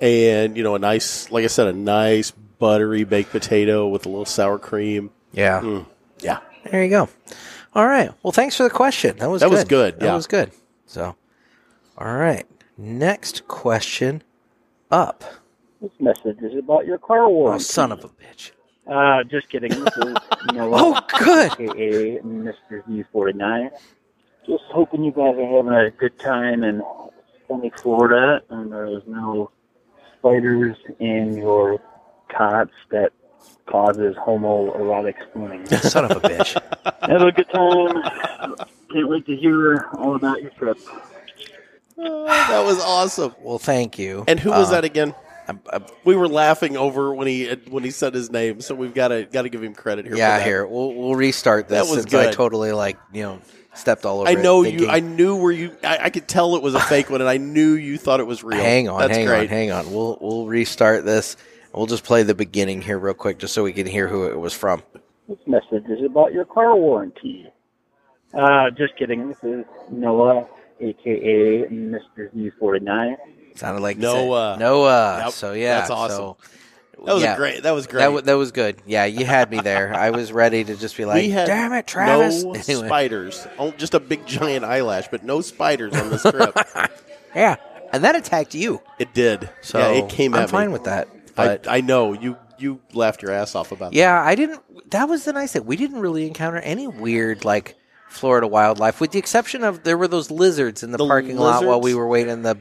S1: and, you know, a nice like I said a nice buttery baked potato with a little sour cream.
S2: Yeah.
S1: Yeah.
S2: There you go. All right. Well, thanks for the question. That was
S1: That
S2: good.
S1: was good,
S2: That
S1: yeah.
S2: was good. So, all right. Next question up.
S4: This message is about your car
S2: Oh,
S4: warranty.
S2: son of a bitch.
S4: Uh, just kidding. This is
S2: Oh,
S4: Noah,
S2: good.
S4: aka Mr. V49. Just hoping you guys are having a good time in sunny Florida and there's no spiders in your cots that causes homoerotic feelings.
S2: Son of a bitch.
S4: Have a good time. Can't wait to hear all about your trip.
S1: Oh, that was awesome.
S2: Well, thank you.
S1: And who was
S2: Uh,
S1: that again?
S2: I'm- I'm-
S1: We were laughing over when he when he said his name, so we've got to got to give him credit here.
S2: yeah,
S1: for that.
S2: here we'll we'll restart this
S1: That was
S2: since I
S1: good.
S2: totally like you know stepped all over.
S1: I
S2: it
S1: know you.
S2: thinking-
S1: I knew where you. I, I could tell it was a fake one, and I knew you thought it was real.
S2: Hang on,
S1: That's
S2: hang
S1: great.
S2: on, hang on. We'll we'll restart this. We'll just play the beginning here real quick, just so we can hear who it was from.
S4: This message is about your car warranty. Uh, just kidding. This is Noah, aka Mr. Z49.
S2: Sounded like
S1: Noah.
S2: Noah.
S1: Yep,
S2: So yeah,
S1: that's awesome.
S2: so-
S1: That was
S2: yeah,
S1: a great. That was great.
S2: That, wa- that was good. Yeah, you had me there. I was ready to just be like,
S1: we had
S2: "Damn it, Travis!"
S1: no
S2: Anyway,
S1: spiders. Oh, just a big giant eyelash, but no spiders on this trip.
S2: yeah, and that attacked you.
S1: it did.
S2: So
S1: yeah, it came
S2: I'm
S1: at
S2: fine
S1: me.
S2: with that.
S1: I,
S2: But
S1: I know you. You laughed your ass off about
S2: yeah, I didn't. That was the nice thing. We didn't really encounter any weird like Florida wildlife, with the exception of there were those lizards in the,
S1: The
S2: parking lot while we
S1: lizards?
S2: were waiting the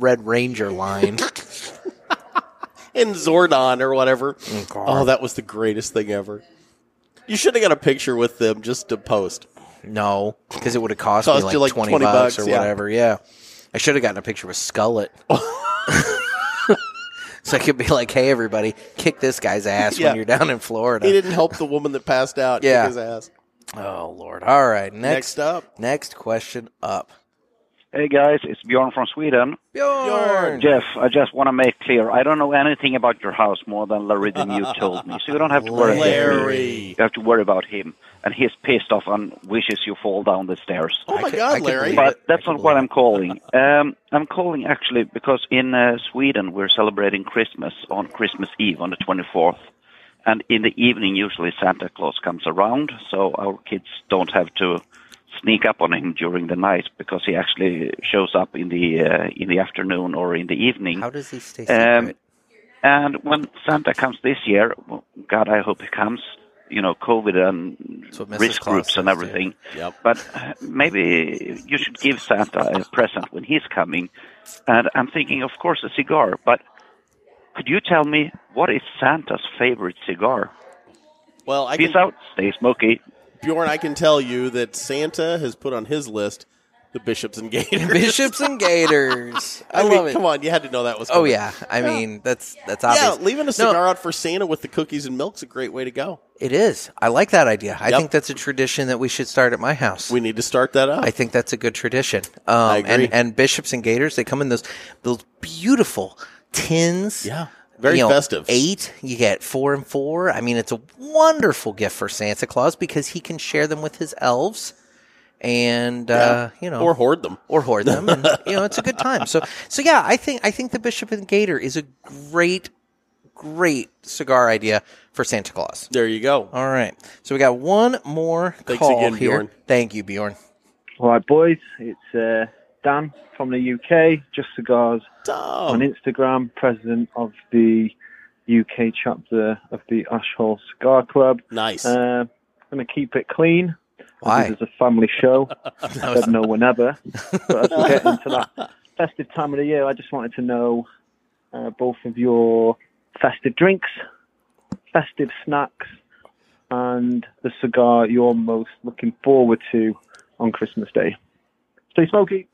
S2: Red Ranger line.
S1: that. And Zordon or whatever.
S2: God.
S1: Oh, that was the greatest thing ever. You should have got a picture with them just to post.
S2: no, because it would have cost,
S1: Cost
S2: me like,
S1: you, like,
S2: 20,
S1: 20
S2: bucks,
S1: bucks,
S2: or
S1: yeah.
S2: whatever. Yeah, I should have gotten a picture with Skullet. So I could be like, "Hey, everybody, kick this guy's ass
S1: Yeah.
S2: when you're down in Florida."
S1: He didn't help the woman that passed out. kick
S2: Yeah.
S1: his ass.
S2: Oh Lord! All right, next
S1: Next up,
S2: next question up.
S5: Hey guys, it's Bjorn from Sweden.
S2: Bjorn.
S5: Jeff, I just want to make clear, I don't know anything about your house more than Larry than you told me, so you don't have to worry. About me.
S1: Larry.
S5: You have to worry about him, and he's pissed off and wishes you fall down the stairs.
S1: Oh
S2: I
S1: my
S2: could- I
S1: God,
S2: could
S1: Larry!
S2: believe it.
S5: But
S2: I
S5: that's
S2: can
S5: not what
S2: believe
S5: I'm calling. Um, I'm calling actually because in uh, Sweden we're celebrating Christmas on Christmas Eve on the 24th, and in the evening usually Santa Claus comes around, so our kids don't have to sneak up on him during the night because he actually shows up in the uh, in the afternoon or in the evening.
S2: How does he stay
S5: Um,
S2: secret?
S5: And when Santa comes this year, well, God, I hope he comes. You know, COVID and
S2: That's what Mrs.
S5: risk
S2: Claus
S5: groups
S2: says,
S5: and
S2: too.
S5: everything.
S1: Yep.
S5: But uh, maybe you should give Santa a present when he's coming. And I'm thinking, of course, a cigar. But could you tell me what is Santa's favorite cigar?
S1: Well, I
S5: Peace
S1: can,
S5: out. Stay smoky.
S1: Bjorn, I can tell you that Santa has put on his list the bishops and gators.
S2: Bishops and Gators. I,
S1: I, mean,
S2: love it.
S1: come on, you had to know that was.
S2: Oh
S1: coming.
S2: yeah, I mean that's that's
S1: yeah.
S2: obvious.
S1: Leaving a
S2: No.
S1: cigar out for Santa with the cookies and milk's a great way to go.
S2: It is. I like that idea. I
S1: Yep.
S2: think that's a tradition that we should start at my house.
S1: We need to start that up.
S2: I think that's a good tradition. Um,
S1: agree.
S2: And, and bishops and gators, they come in those those beautiful tins.
S1: yeah, very
S2: you know,
S1: festive.
S2: Eight, you get four and four. I mean, it's a wonderful gift for Santa Claus because he can share them with his elves, and uh, you know,
S1: or hoard them.
S2: or hoard them. And, you know, it's a good time. So, so yeah, I think I think the Bishop and Gator is a great, great cigar idea for Santa Claus.
S1: There you go.
S2: All right, so we got one more
S1: Thanks
S2: call
S1: again,
S2: here.
S1: Bjorn.
S2: Thank you, Bjorn.
S6: All right, boys, it's uh, Dan from the UK, Just Cigars
S1: Tom.
S6: on Instagram, president of the UK chapter of the Ashhole Cigar Club.
S1: Nice.
S6: Uh, going to keep it clean.
S2: Why?
S6: This is a family show
S2: That
S6: that
S2: was-
S6: no one ever. But as we get into that festive time of the year, I just wanted to know uh, both of your festive drinks, festive snacks, and the cigar you're most looking forward to on Christmas Day. Stay smoky.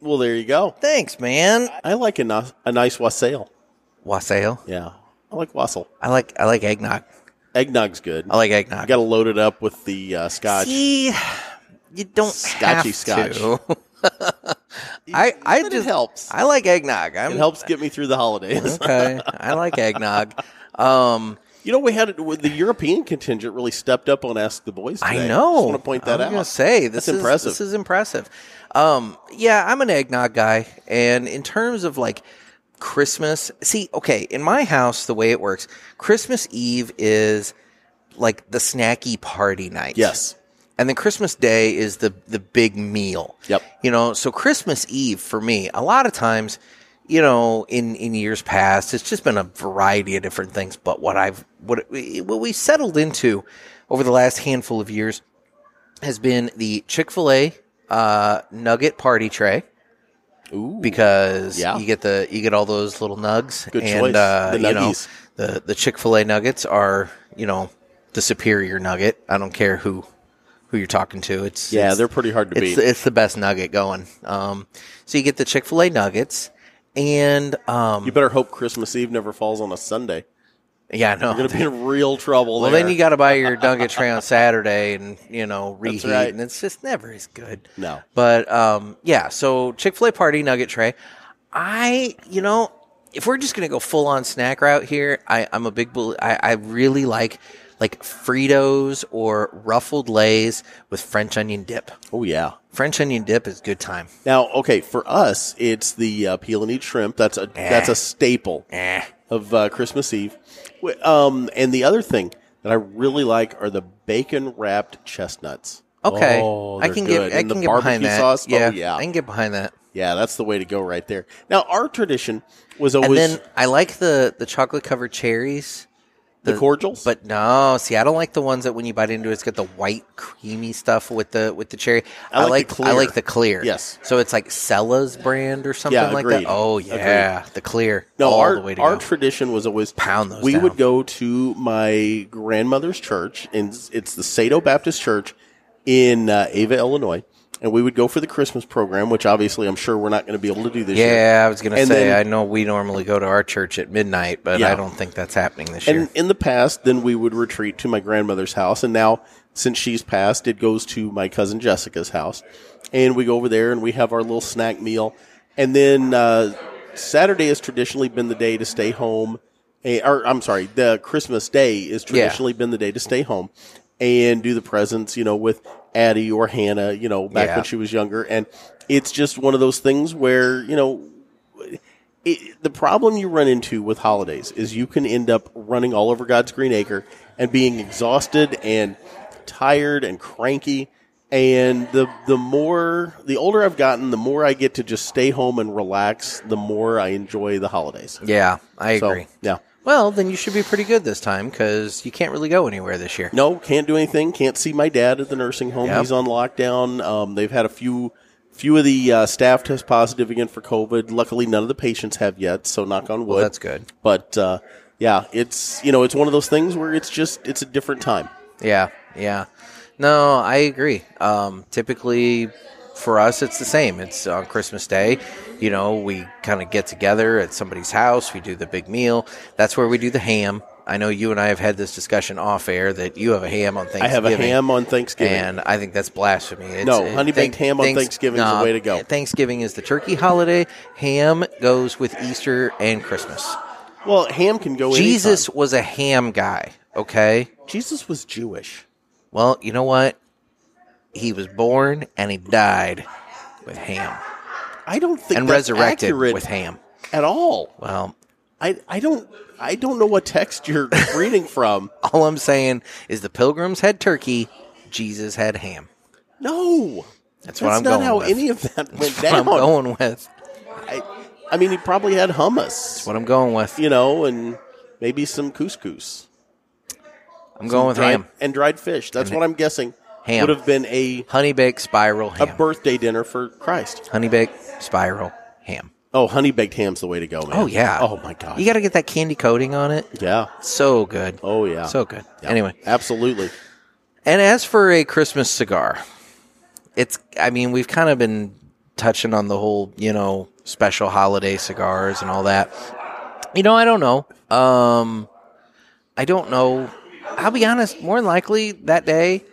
S1: well, there you go.
S2: Thanks, man.
S1: I like a, ni- a nice wassail.
S2: Wassail.
S1: Yeah, I like wassail.
S2: I like I like eggnog.
S1: Eggnog's good.
S2: I like
S1: I
S2: eggnog.
S1: got to load it up with the uh, scotch.
S2: See, you don't
S1: Scotchy
S2: have
S1: scotch.
S2: to. I I
S1: But
S2: just
S1: it helps.
S2: I Uh-huh. like eggnog. I'm,
S1: it helps get me through the holidays.
S2: Okay, I like eggnog. Um,
S1: You know, we had the European contingent really stepped up on Ask the Boys. Today.
S2: I know.
S1: Just want to point that
S2: I'm
S1: out.
S2: Gonna say this
S1: That's
S2: is
S1: impressive.
S2: This is impressive. Um, yeah, I'm an eggnog guy, and in terms of like Christmas, see, okay, in my house, the way it works, Christmas Eve is like the snacky party night.
S1: yes.
S2: and then Christmas Day is the the big meal.
S1: Yep.
S2: You know, so Christmas Eve for me, a lot of times, you know, in in years past, it's just been a variety of different things. But what I've what what we settled into over the last handful of years has been the Chick fil A uh, nugget party tray.
S1: Ooh.
S2: because
S1: Yeah.
S2: you get the you get all those little nugs
S1: Good
S2: and
S1: choice.
S2: uh,
S1: The
S2: you know
S1: nuggies.
S2: the the Chick fil A nuggets are you know the superior nugget. I don't care who who you're talking to. It's
S1: yeah,
S2: it's-
S1: they're pretty hard to
S2: it's
S1: beat.
S2: it's the best nugget going. Um, so you get the Chick fil A nuggets and um,
S1: you better hope Christmas Eve never falls on a Sunday.
S2: yeah, I know.
S1: You're going to be in real trouble
S2: Well,
S1: there.
S2: then you got to buy your nugget tray on Saturday and, you know, reheat.
S1: right.
S2: And it's just never as good.
S1: No.
S2: But um, yeah, so Chick fil A party nugget tray. I, you know, if we're just going to go full on snack route here, I, I'm a big, bel- I, I really like like Fritos or ruffled Lays with French onion dip.
S1: Oh, yeah.
S2: French onion dip is good time.
S1: Now, okay, for us, it's the uh, peel and eat shrimp. That's a that's a staple
S2: Eh.
S1: of uh, Christmas Eve. Wh- Um, and the other thing that I really like are the bacon wrapped chestnuts.
S2: Okay.
S1: Oh,
S2: I
S1: they're
S2: can
S1: good.
S2: get, I
S1: And the
S2: can get behind
S1: barbecue
S2: that.
S1: Sauce, oh,
S2: yeah,
S1: yeah,
S2: I can get behind that.
S1: yeah, that's the way to go right there. Now, our tradition was
S2: And
S1: always
S2: then I like the, the chocolate covered cherries.
S1: the,
S2: the-
S1: cordials,
S2: But no, see, I don't like the ones that when you bite into it, it's got the white creamy stuff with the with the cherry.
S1: I like the
S2: I
S1: clear.
S2: like the clear.
S1: Yes.
S2: So it's like Cella's brand or something like that.
S1: agreed.
S2: Oh yeah, the clear.
S1: no,
S2: all
S1: our
S2: the way to
S1: our
S2: go.
S1: tradition was always
S2: Pound those
S1: We
S2: down.
S1: would go to my grandmother's church, and it's the Sado Baptist Church in uh, Ava, Illinois. And we would go for the Christmas program, which obviously I'm sure we're not going to be able to do this year.
S2: yeah, I was gonna
S1: And
S2: say.
S1: then-
S2: I know we normally go to our church at midnight, but
S1: Yeah.
S2: I don't think that's happening this year.
S1: And in the past, then we would retreat to my grandmother's house. And now, since she's passed, it goes to my cousin Jessica's house. And we go over there and we have our little snack meal. And then uh, Saturday has traditionally been the day to stay home. eh, Or I'm sorry, the Christmas day is traditionally been the day to stay home and do the presents, you know, with Addie or Hannah, you know, back
S2: Yeah.
S1: when she was younger. And it's just one of those things where, you know, it, the problem you run into with holidays is you can end up running all over God's green acre and being exhausted and tired and cranky. And the the more the older I've gotten, the more I get to just stay home and relax. The more I enjoy the holidays.
S2: yeah, I agree.
S1: So, yeah.
S2: Well, then you should be pretty good this time because you can't really go anywhere this year.
S1: No, can't do anything. Can't see my dad at the nursing home.
S2: Yep.
S1: He's on lockdown. Um, they've had a few few of the uh, staff test positive again for COVID. Luckily, none of the patients have yet. So knock on wood.
S2: Well, that's good.
S1: But uh, yeah, it's you know it's one of those things where it's just it's a different time.
S2: Yeah, yeah. No, I agree. Um, typically, for us, it's the same. It's on Christmas Day. You know, we kind of get together at somebody's house. We do the big meal. That's where we do the ham. I know you and I have had this discussion off air that you have a ham on Thanksgiving.
S1: I have a ham on Thanksgiving.
S2: And I think that's blasphemy. It's,
S1: No, honey-baked
S2: thank-
S1: ham on
S2: thanks-
S1: Thanksgiving is the way to go.
S2: Thanksgiving is the turkey holiday. Ham goes with Easter and Christmas.
S1: well, ham can go.
S2: Jesus
S1: anytime.
S2: was a ham guy, okay?
S1: Jesus was Jewish.
S2: Well, you know what? He was born and he died with ham
S1: I don't think
S2: and
S1: that's
S2: resurrected
S1: accurate
S2: with ham.
S1: at all.
S2: Well,
S1: I I don't I don't know what text you're reading from.
S2: all I'm saying is the pilgrims had turkey, Jesus had ham.
S1: No.
S2: That's what I'm
S1: not
S2: going
S1: how
S2: with.
S1: any of that went
S2: That's what
S1: down.
S2: I'm going with.
S1: I, I mean, he probably had hummus,
S2: What I'm going with.
S1: you know, and maybe some couscous.
S2: I'm going with
S1: Dried-
S2: ham.
S1: And dried fish. That's what I'm guessing.
S2: Ham.
S1: Would have been a,
S2: Honey baked spiral
S1: a
S2: ham.
S1: birthday dinner for Christ.
S2: Honey baked spiral ham.
S1: Oh, honey baked ham's the way to go, man.
S2: Oh yeah.
S1: Oh, my God.
S2: You got to get that candy coating on it.
S1: yeah.
S2: So good.
S1: Oh, yeah.
S2: So good.
S1: Yeah.
S2: Anyway,
S1: Absolutely.
S2: And as for a Christmas cigar, it's I mean, we've kind of been touching on the whole, you know, special holiday cigars and all that. You know, I don't know. Um I don't know. I'll be honest, more than likely that day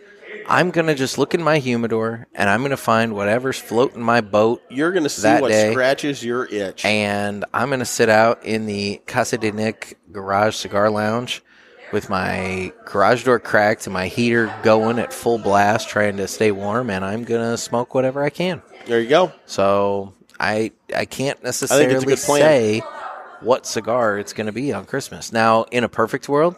S2: I'm going to just look in my humidor and I'm going to find whatever's floating my boat
S1: You're going to see
S2: That
S1: what
S2: day.
S1: scratches your itch.
S2: and I'm going to sit out in the Casa de Nick Garage Cigar Lounge with my garage door cracked and my heater going at full blast, trying to stay warm, and I'm going to smoke whatever I can.
S1: there you go.
S2: So I I can't necessarily
S1: good plan.
S2: say what cigar it's going to be on Christmas. Now, in a perfect world,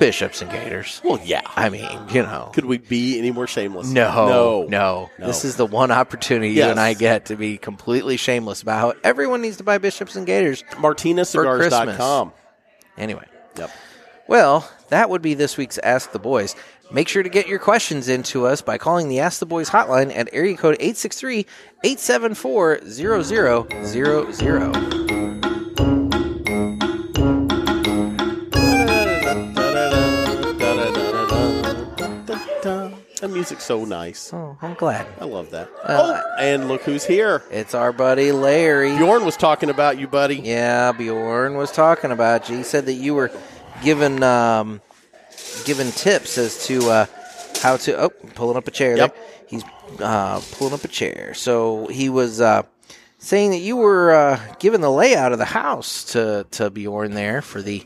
S2: Bishops and Gators.
S1: Well, yeah.
S2: I mean, you know.
S1: Could we be any more shameless?
S2: No,
S1: No.
S2: no, This is the one opportunity you
S1: Yes.
S2: and I get to be completely shameless about how everyone needs to buy bishops and gators.
S1: MartinezCigars.com.
S2: Anyway,
S1: Yep.
S2: well, that would be this week's Ask the Boys. Make sure to get your questions in to us by calling the Ask the Boys hotline at area code 863 874 0000.
S1: The music's so nice.
S2: Oh, I'm glad.
S1: I love that.
S2: Uh,
S1: oh, and look who's here.
S2: It's our buddy Larry.
S1: Bjorn was talking about you, buddy.
S2: Yeah, Bjorn was talking about you. He said that you were giving um, giving tips as to uh, how to. Oh, pulling up a chair.
S1: Yep.
S2: There. He's uh, pulling up a chair. So he was uh, saying that you were uh, giving the layout of the house to to Bjorn there for the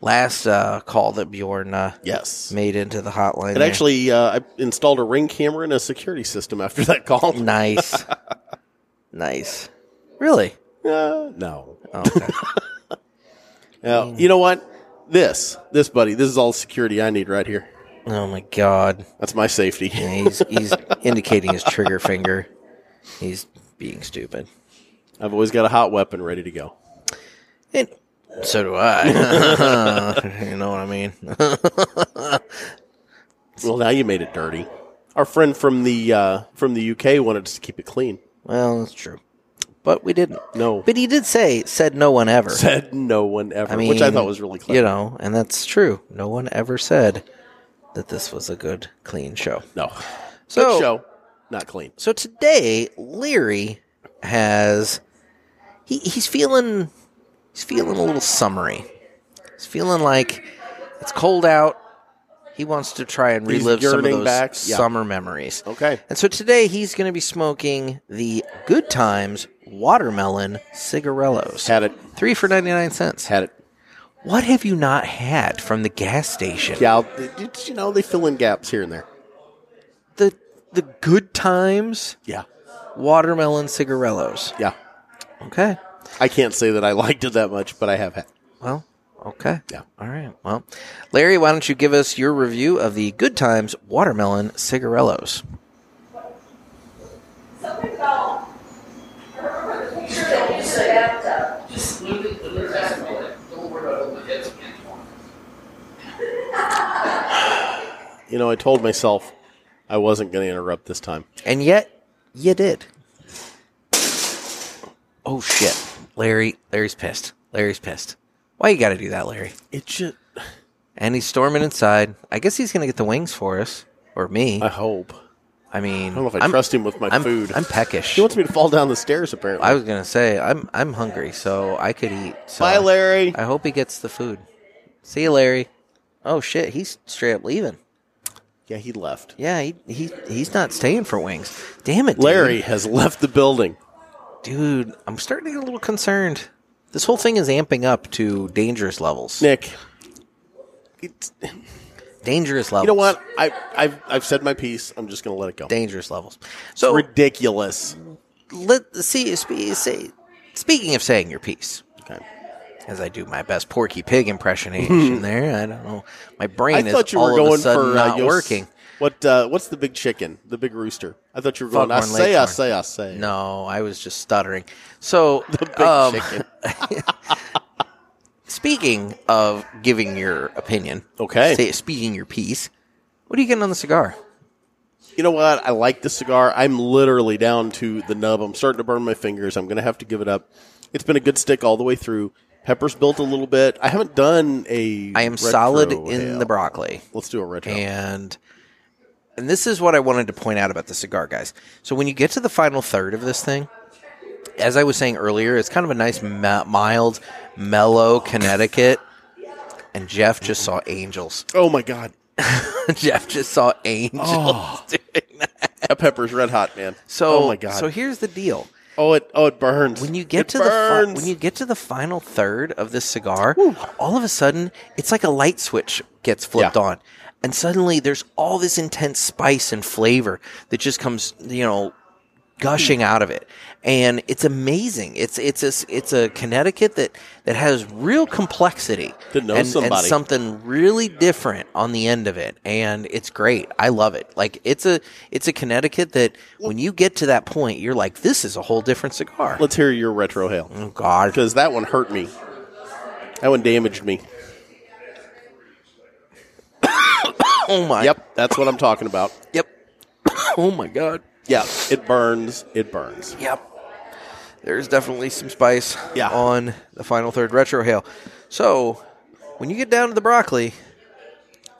S2: last uh, call that Bjorn uh,
S1: Yes.
S2: made into the hotline.
S1: And
S2: there.
S1: actually, uh, I installed a ring camera and a security system after that call.
S2: nice, nice. Really?
S1: Uh, no.
S2: Oh, okay.
S1: Now, you know what? This, this, buddy, this is all the security I need right here.
S2: oh my God.
S1: That's my safety.
S2: Yeah, he's he's indicating his trigger finger. He's being stupid.
S1: I've always got a hot weapon ready to go.
S2: And so do I. you know what I mean?
S1: Well, now you made it dirty. Our friend from the uh, from the UK wanted us to keep it clean.
S2: well, that's true. But we didn't.
S1: No,
S2: But he did say said no one ever.
S1: said no one ever,
S2: I mean,
S1: which I thought was really clever.
S2: You know, and that's true. No one ever said that this was a good clean show.
S1: no,
S2: So
S1: good show, not clean.
S2: So today, Leary has he, he's feeling he's feeling a little summery. He's feeling like it's cold out. He wants to try and
S1: He's
S2: relive some of
S1: yearning
S2: those
S1: back. Yeah.
S2: summer memories.
S1: Okay,
S2: And so today he's going to be smoking the Good Times watermelon cigarillos.
S1: had it,
S2: 3 for 99 cents.
S1: had it.
S2: What have you not had from the gas station?
S1: Yeah, I'll- it's, you know they fill in gaps here and there.
S2: The the Good Times
S1: Yeah,
S2: watermelon cigarillos.
S1: yeah.
S2: Okay.
S1: I can't say that I liked it that much, but I have had.
S2: Well, okay.
S1: Yeah.
S2: All right. Well, Larry, why don't you give us your review of the Good Times Watermelon Cigarillos?
S1: You know, I told myself I wasn't going to interrupt this time.
S2: And yet, you did. Oh, shit. Larry, Larry's pissed. Larry's pissed. Why you got to do that, Larry?
S1: It should.
S2: And he's storming inside. I guess he's going to get the wings for us, or me.
S1: I hope. I
S2: I mean, I
S1: don't know if I trust him with my
S2: I'm,
S1: food.
S2: I'm peckish.
S1: he wants me to fall down the stairs. Apparently,
S2: I was going to say, I'm, I'm hungry, so I could eat. So.
S1: bye, Larry.
S2: I hope he gets the food. See you, Larry. Oh shit, he's straight up leaving.
S1: yeah, he left.
S2: Yeah, he, he he's not staying for wings. Damn it, dude.
S1: Larry has left the building.
S2: Dude, I'm starting to get a little concerned. This whole thing is amping up to dangerous levels.
S1: Nick, it's,
S2: Dangerous levels.
S1: you know what? I, I've I've said my piece. I'm just going to let it go.
S2: Dangerous levels.
S1: It's
S2: So
S1: ridiculous.
S2: let see spe- say, speaking of saying your piece,
S1: Okay.
S2: as I do my best Porky Pig impersonation there, I don't know. My brain
S1: I
S2: is
S1: thought you
S2: all
S1: were
S2: of
S1: going
S2: a sudden
S1: for uh,
S2: not
S1: Yos-
S2: working.
S1: What uh, what's the big chicken? The big rooster. I thought you were going. I
S2: Foghorn
S1: say, I
S2: Leghorn.
S1: say, I say.
S2: No, I was just stuttering. So,
S1: big
S2: um,
S1: chicken.
S2: speaking of giving your opinion,
S1: Okay.
S2: say- speaking your piece, what are you getting on the cigar?
S1: You know what? I like the cigar. I'm literally down to the nub. I'm starting to burn my fingers. I'm going to have to give it up. It's been a good stick all the way through. Pepper's built a little bit. I haven't done a.
S2: I am solid
S1: retro
S2: in
S1: ale.
S2: the broccoli,
S1: Let's do a retro.
S2: and and this is what I wanted to point out about the cigar, guys. So when you get to the final third of this thing, as I was saying earlier, it's kind of a nice, ma- mild, mellow Connecticut. And Jeff just saw angels.
S1: oh my god,
S2: Jeff just saw angels doing that.
S1: that pepper's red hot, man.
S2: So,
S1: oh my god.
S2: so here's the deal.
S1: oh it oh it burns.
S2: When you get
S1: It
S2: to the fi-
S1: burns.
S2: when you get to the final third of this cigar, all of a sudden it's like a light switch gets flipped
S1: Yeah.
S2: on, and suddenly there's all this intense spice and flavor that just comes, you know,
S1: Hmm.
S2: gushing out of it, and it's amazing. It's it's a s- it's a Connecticut that that has real complexity
S1: That knows
S2: and, and
S1: somebody.
S2: something really different on the end of it, and it's great. I love it. Like it's a it's a Connecticut that when you get to that point, you're like, this is a whole different cigar.
S1: Let's hear your retro hail.
S2: Oh God!
S1: because that one hurt me. That one damaged me.
S2: Oh my.
S1: Yep, that's what I'm talking about.
S2: Yep. oh my god.
S1: Yeah, it burns. It burns.
S2: Yep. There's definitely some spice
S1: Yeah.
S2: on the final third retro hail. So when you get down to the broccoli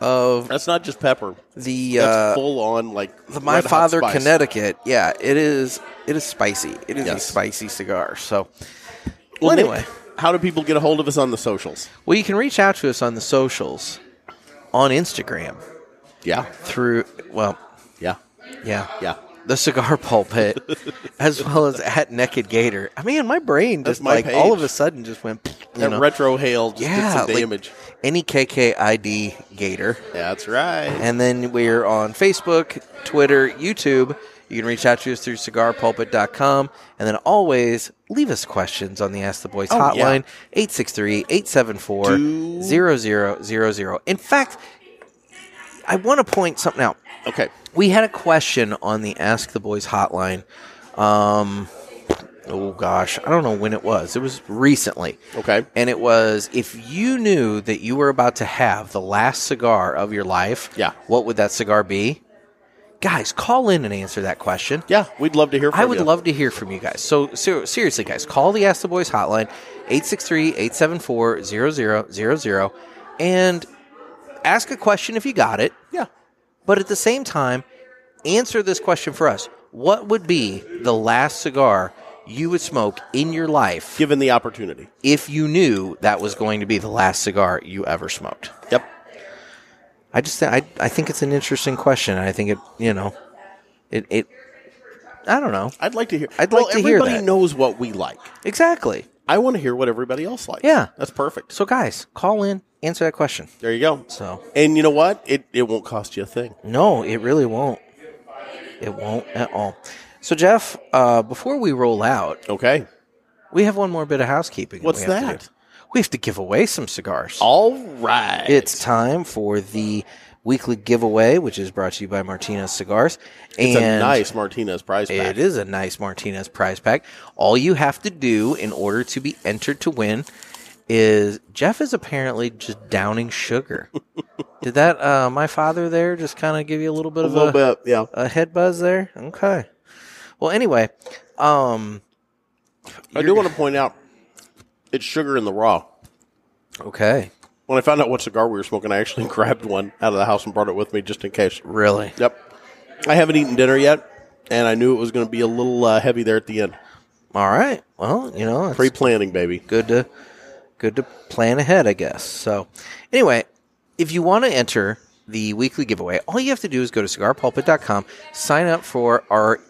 S2: of
S1: That's not just pepper.
S2: the
S1: That's
S2: uh,
S1: full on like
S2: the My
S1: red hot
S2: Father
S1: spice.
S2: Connecticut, yeah, it is it is spicy. It is a
S1: Yes.
S2: spicy cigar. So
S1: Well, Nick,
S2: anyway.
S1: how do people get a hold of us on the socials?
S2: Well, you can reach out to us on the socials, on Instagram
S1: Yeah,
S2: through well,
S1: yeah,
S2: yeah,
S1: yeah.
S2: the cigar pulpit, as well as at Naked Gator. I mean, my brain
S1: That's
S2: just
S1: my
S2: like all of a
S1: page.
S2: sudden just went. You
S1: That
S2: know,
S1: retro hail just
S2: yeah,
S1: did some damage.
S2: Like any KKID Gator,
S1: that's right.
S2: and then we're on Facebook, Twitter, YouTube. You can reach out to us through cigarpulpit.com. And then always leave us questions on the Ask the Boys
S1: Oh, yeah.
S2: hotline, 863 874 0000. In fact, I want to point something out
S1: Okay,
S2: we had a question on the Ask the Boys hotline. Um, oh gosh, I don't know when it was. It was recently,
S1: okay.
S2: and it was if you knew that you were about to have the last cigar of your life,
S1: Yeah.
S2: what would that cigar be? Guys, call in and answer that question.
S1: Yeah, we'd love to hear from
S2: I would
S1: you.
S2: love to hear from you guys. So, ser- seriously, guys, call the Ask the Boys hotline, 863-874-0000, and ask a question if you got it.
S1: Yeah.
S2: But at the same time, answer this question for us. What would be the last cigar you would smoke in your life
S1: given the opportunity.
S2: if you knew that was going to be the last cigar you ever smoked?
S1: Yep.
S2: I just I I think it's an interesting question. I think it, you know, it it I don't know.
S1: I'd like to hear.
S2: I'd
S1: well,
S2: like to hear
S1: Everybody
S2: that.
S1: knows what we like.
S2: Exactly.
S1: I want to hear what everybody else likes.
S2: Yeah.
S1: that's perfect.
S2: So guys, call in, answer that question.
S1: There you go.
S2: So
S1: And you know what? It it won't cost you a thing.
S2: No, it really won't. It won't at all. So Jeff, uh, before we roll out,
S1: Okay.
S2: we have one more bit of housekeeping.
S1: What's
S2: we have to
S1: that?
S2: do. We have to give away some cigars.
S1: All right.
S2: It's time for the weekly giveaway, which is brought to you by Martinez Cigars.
S1: It's
S2: and
S1: a nice Martinez prize pack.
S2: It is a nice Martinez prize pack. All you have to do in order to be entered to win is Jeff is apparently just downing sugar. Did that uh, my father there just kind of give you a little bit
S1: a
S2: of
S1: little bit. Yeah.
S2: a head buzz there. Okay. Well, anyway, um,
S1: I do want to point out, it's sugar in the raw.
S2: okay,
S1: When I found out what cigar we were smoking, I actually grabbed one out of the house and brought it with me just in case.
S2: really,
S1: Yep. I haven't eaten dinner yet, and I knew it was going to be a little uh, heavy there at the end.
S2: all right. Well, you know, it's
S1: Pre planning, baby.
S2: good to good to plan ahead, I guess. So, anyway, if you want to enter the weekly giveaway, all you have to do is go to cigarpulpit.com, sign up for our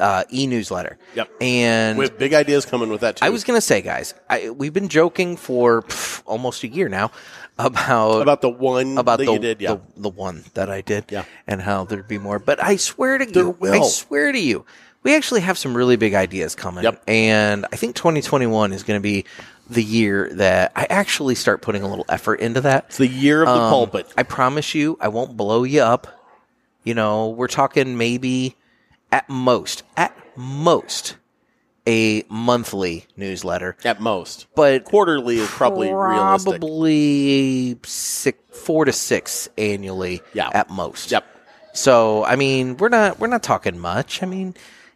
S2: uh, e-newsletter.
S1: Yep.
S2: And
S1: We have big ideas coming with that too.
S2: I was going to say, guys, I, we've been joking for pff, almost a year now about
S1: about the one
S2: about
S1: Mm, that
S2: the,
S1: you did. Yeah.
S2: the the one that I did,
S1: Yeah.
S2: and how there'd be more. But I swear to
S1: There
S2: you, I
S1: will.
S2: swear to you, we actually have some really big ideas coming.
S1: Yep.
S2: And I think 2021 is going to be the year that I actually start putting a little effort into that.
S1: it's the year of the
S2: Um,
S1: pulpit.
S2: I promise you, I won't blow you up. You know, we're talking maybe at most, at most, a monthly newsletter.
S1: At most.
S2: But
S1: Quarterly is probably, realistic.
S2: probably six, four to six annually
S1: Yeah.
S2: at most.
S1: Yep.
S2: So I mean, we're not we're not talking much. I mean,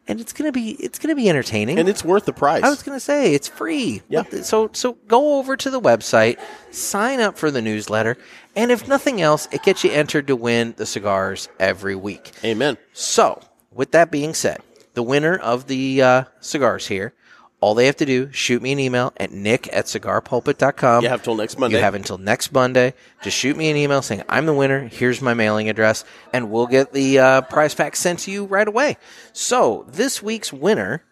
S2: and it's gonna be it's gonna be entertaining.
S1: And it's worth the price.
S2: I was gonna say it's free.
S1: Yeah.
S2: What the- So so go over to the website, sign up for the newsletter, and if nothing else, it gets you entered to win the cigars every week.
S1: Amen.
S2: So, with that being said, the winner of the uh, cigars here, all they have to do, shoot me an email at nick at cigarpulpit.com.
S1: You have till next Monday.
S2: Um, You have until next Monday. Just shoot me an email saying, I'm the winner. Here's my mailing address. And we'll get the uh, prize pack sent to you right away. So, this week's winner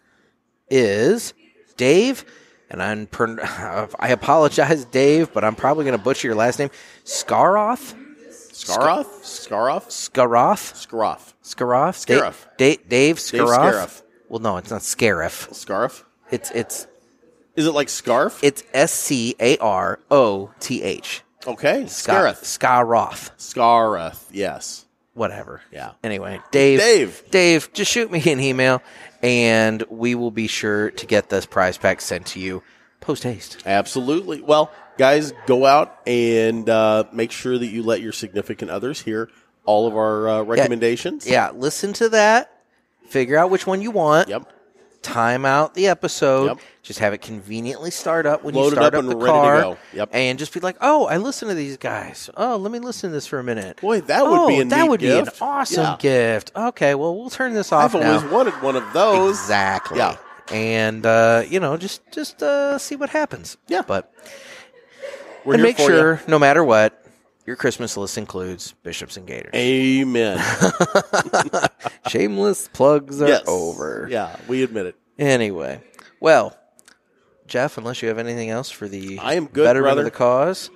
S2: is Dave. And I'm, pron- I apologize, Dave, but I'm probably going to butcher your last name. Scaroth?
S1: Scaroff? Scaroff?
S2: Scaroth?
S1: Scaroff.
S2: Scaroff? Da-
S1: Scariff.
S2: Da- Dave Scaroff?
S1: Scariff.
S2: Well, no, it's not Scariff.
S1: Scarf?
S2: It's it's
S1: Is it like scarf?
S2: it's S C A R O T H.
S1: okay.
S2: Scar-
S1: Scareth.
S2: Scaroth.
S1: Scareth. Yes.
S2: Whatever.
S1: Yeah.
S2: Anyway, Dave.
S1: Dave.
S2: Dave, just shoot me an email, and we will be sure to get this prize pack sent to you post haste.
S1: Absolutely. Well, guys, go out and uh, make sure that you let your significant others hear all of our uh, recommendations.
S2: Yeah, listen to that. Figure out which one you want.
S1: Yep.
S2: Time out the episode.
S1: Yep.
S2: Just have it conveniently start up when
S1: Load
S2: you
S1: it up
S2: start up,
S1: and
S2: the
S1: ready to
S2: car,
S1: go. Yep.
S2: and just be like, "Oh, I listened to these guys. Oh, let me listen to this for a minute.
S1: Boy, that would
S2: oh,
S1: be a
S2: that
S1: neat
S2: would be
S1: gift.
S2: an awesome
S1: Yeah.
S2: gift. Okay, well, we'll turn this off
S1: I've
S2: now.
S1: always wanted one of those.
S2: Exactly.
S1: Yeah.
S2: And uh, you know, just just uh, see what happens.
S1: Yeah.
S2: But
S1: We're
S2: and
S1: here
S2: make
S1: for ya.
S2: sure, no matter what, your Christmas list includes bishops and gators.
S1: Amen.
S2: Shameless plugs are
S1: yes.
S2: over.
S1: Yeah, we admit it.
S2: Anyway, well, Jeff, unless you have anything else for the
S1: I am good,
S2: betterment
S1: brother.
S2: of the cause.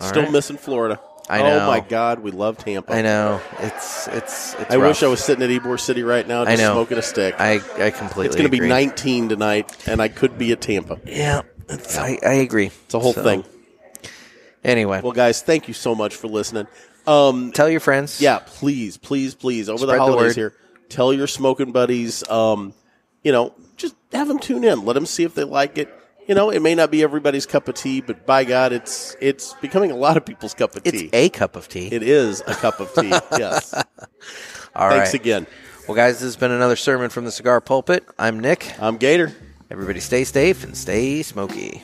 S2: All
S1: Still
S2: right.
S1: missing Florida.
S2: I
S1: Oh
S2: know.
S1: my God, we love Tampa.
S2: I know it's it's. it's
S1: Oh. I
S2: rough.
S1: wish I was sitting at Ybor City right now,
S2: I
S1: just
S2: know.
S1: smoking a stick.
S2: I I completely.
S1: it's going to be
S2: agree.
S1: 19 tonight, and I could be at Tampa.
S2: Yeah, it's, I I agree.
S1: It's a whole
S2: So,
S1: thing.
S2: Anyway,
S1: Well, guys, thank you so much for listening. Um,
S2: tell your friends.
S1: yeah, please, please, please, over the
S2: Spread the
S1: holidays
S2: word.
S1: here, tell your smoking buddies. Um, you know, just have them tune in. Let them see if they like it. You know, it may not be everybody's cup of tea, but by God, it's it's becoming a lot of people's cup of
S2: it's
S1: tea.
S2: a cup of tea.
S1: It is a cup of tea. yes.
S2: All right.
S1: Thanks again.
S2: Well, guys, this has been another sermon from the Cigar Pulpit. I'm Nick.
S1: I'm Gator.
S2: Everybody stay safe and stay smoky.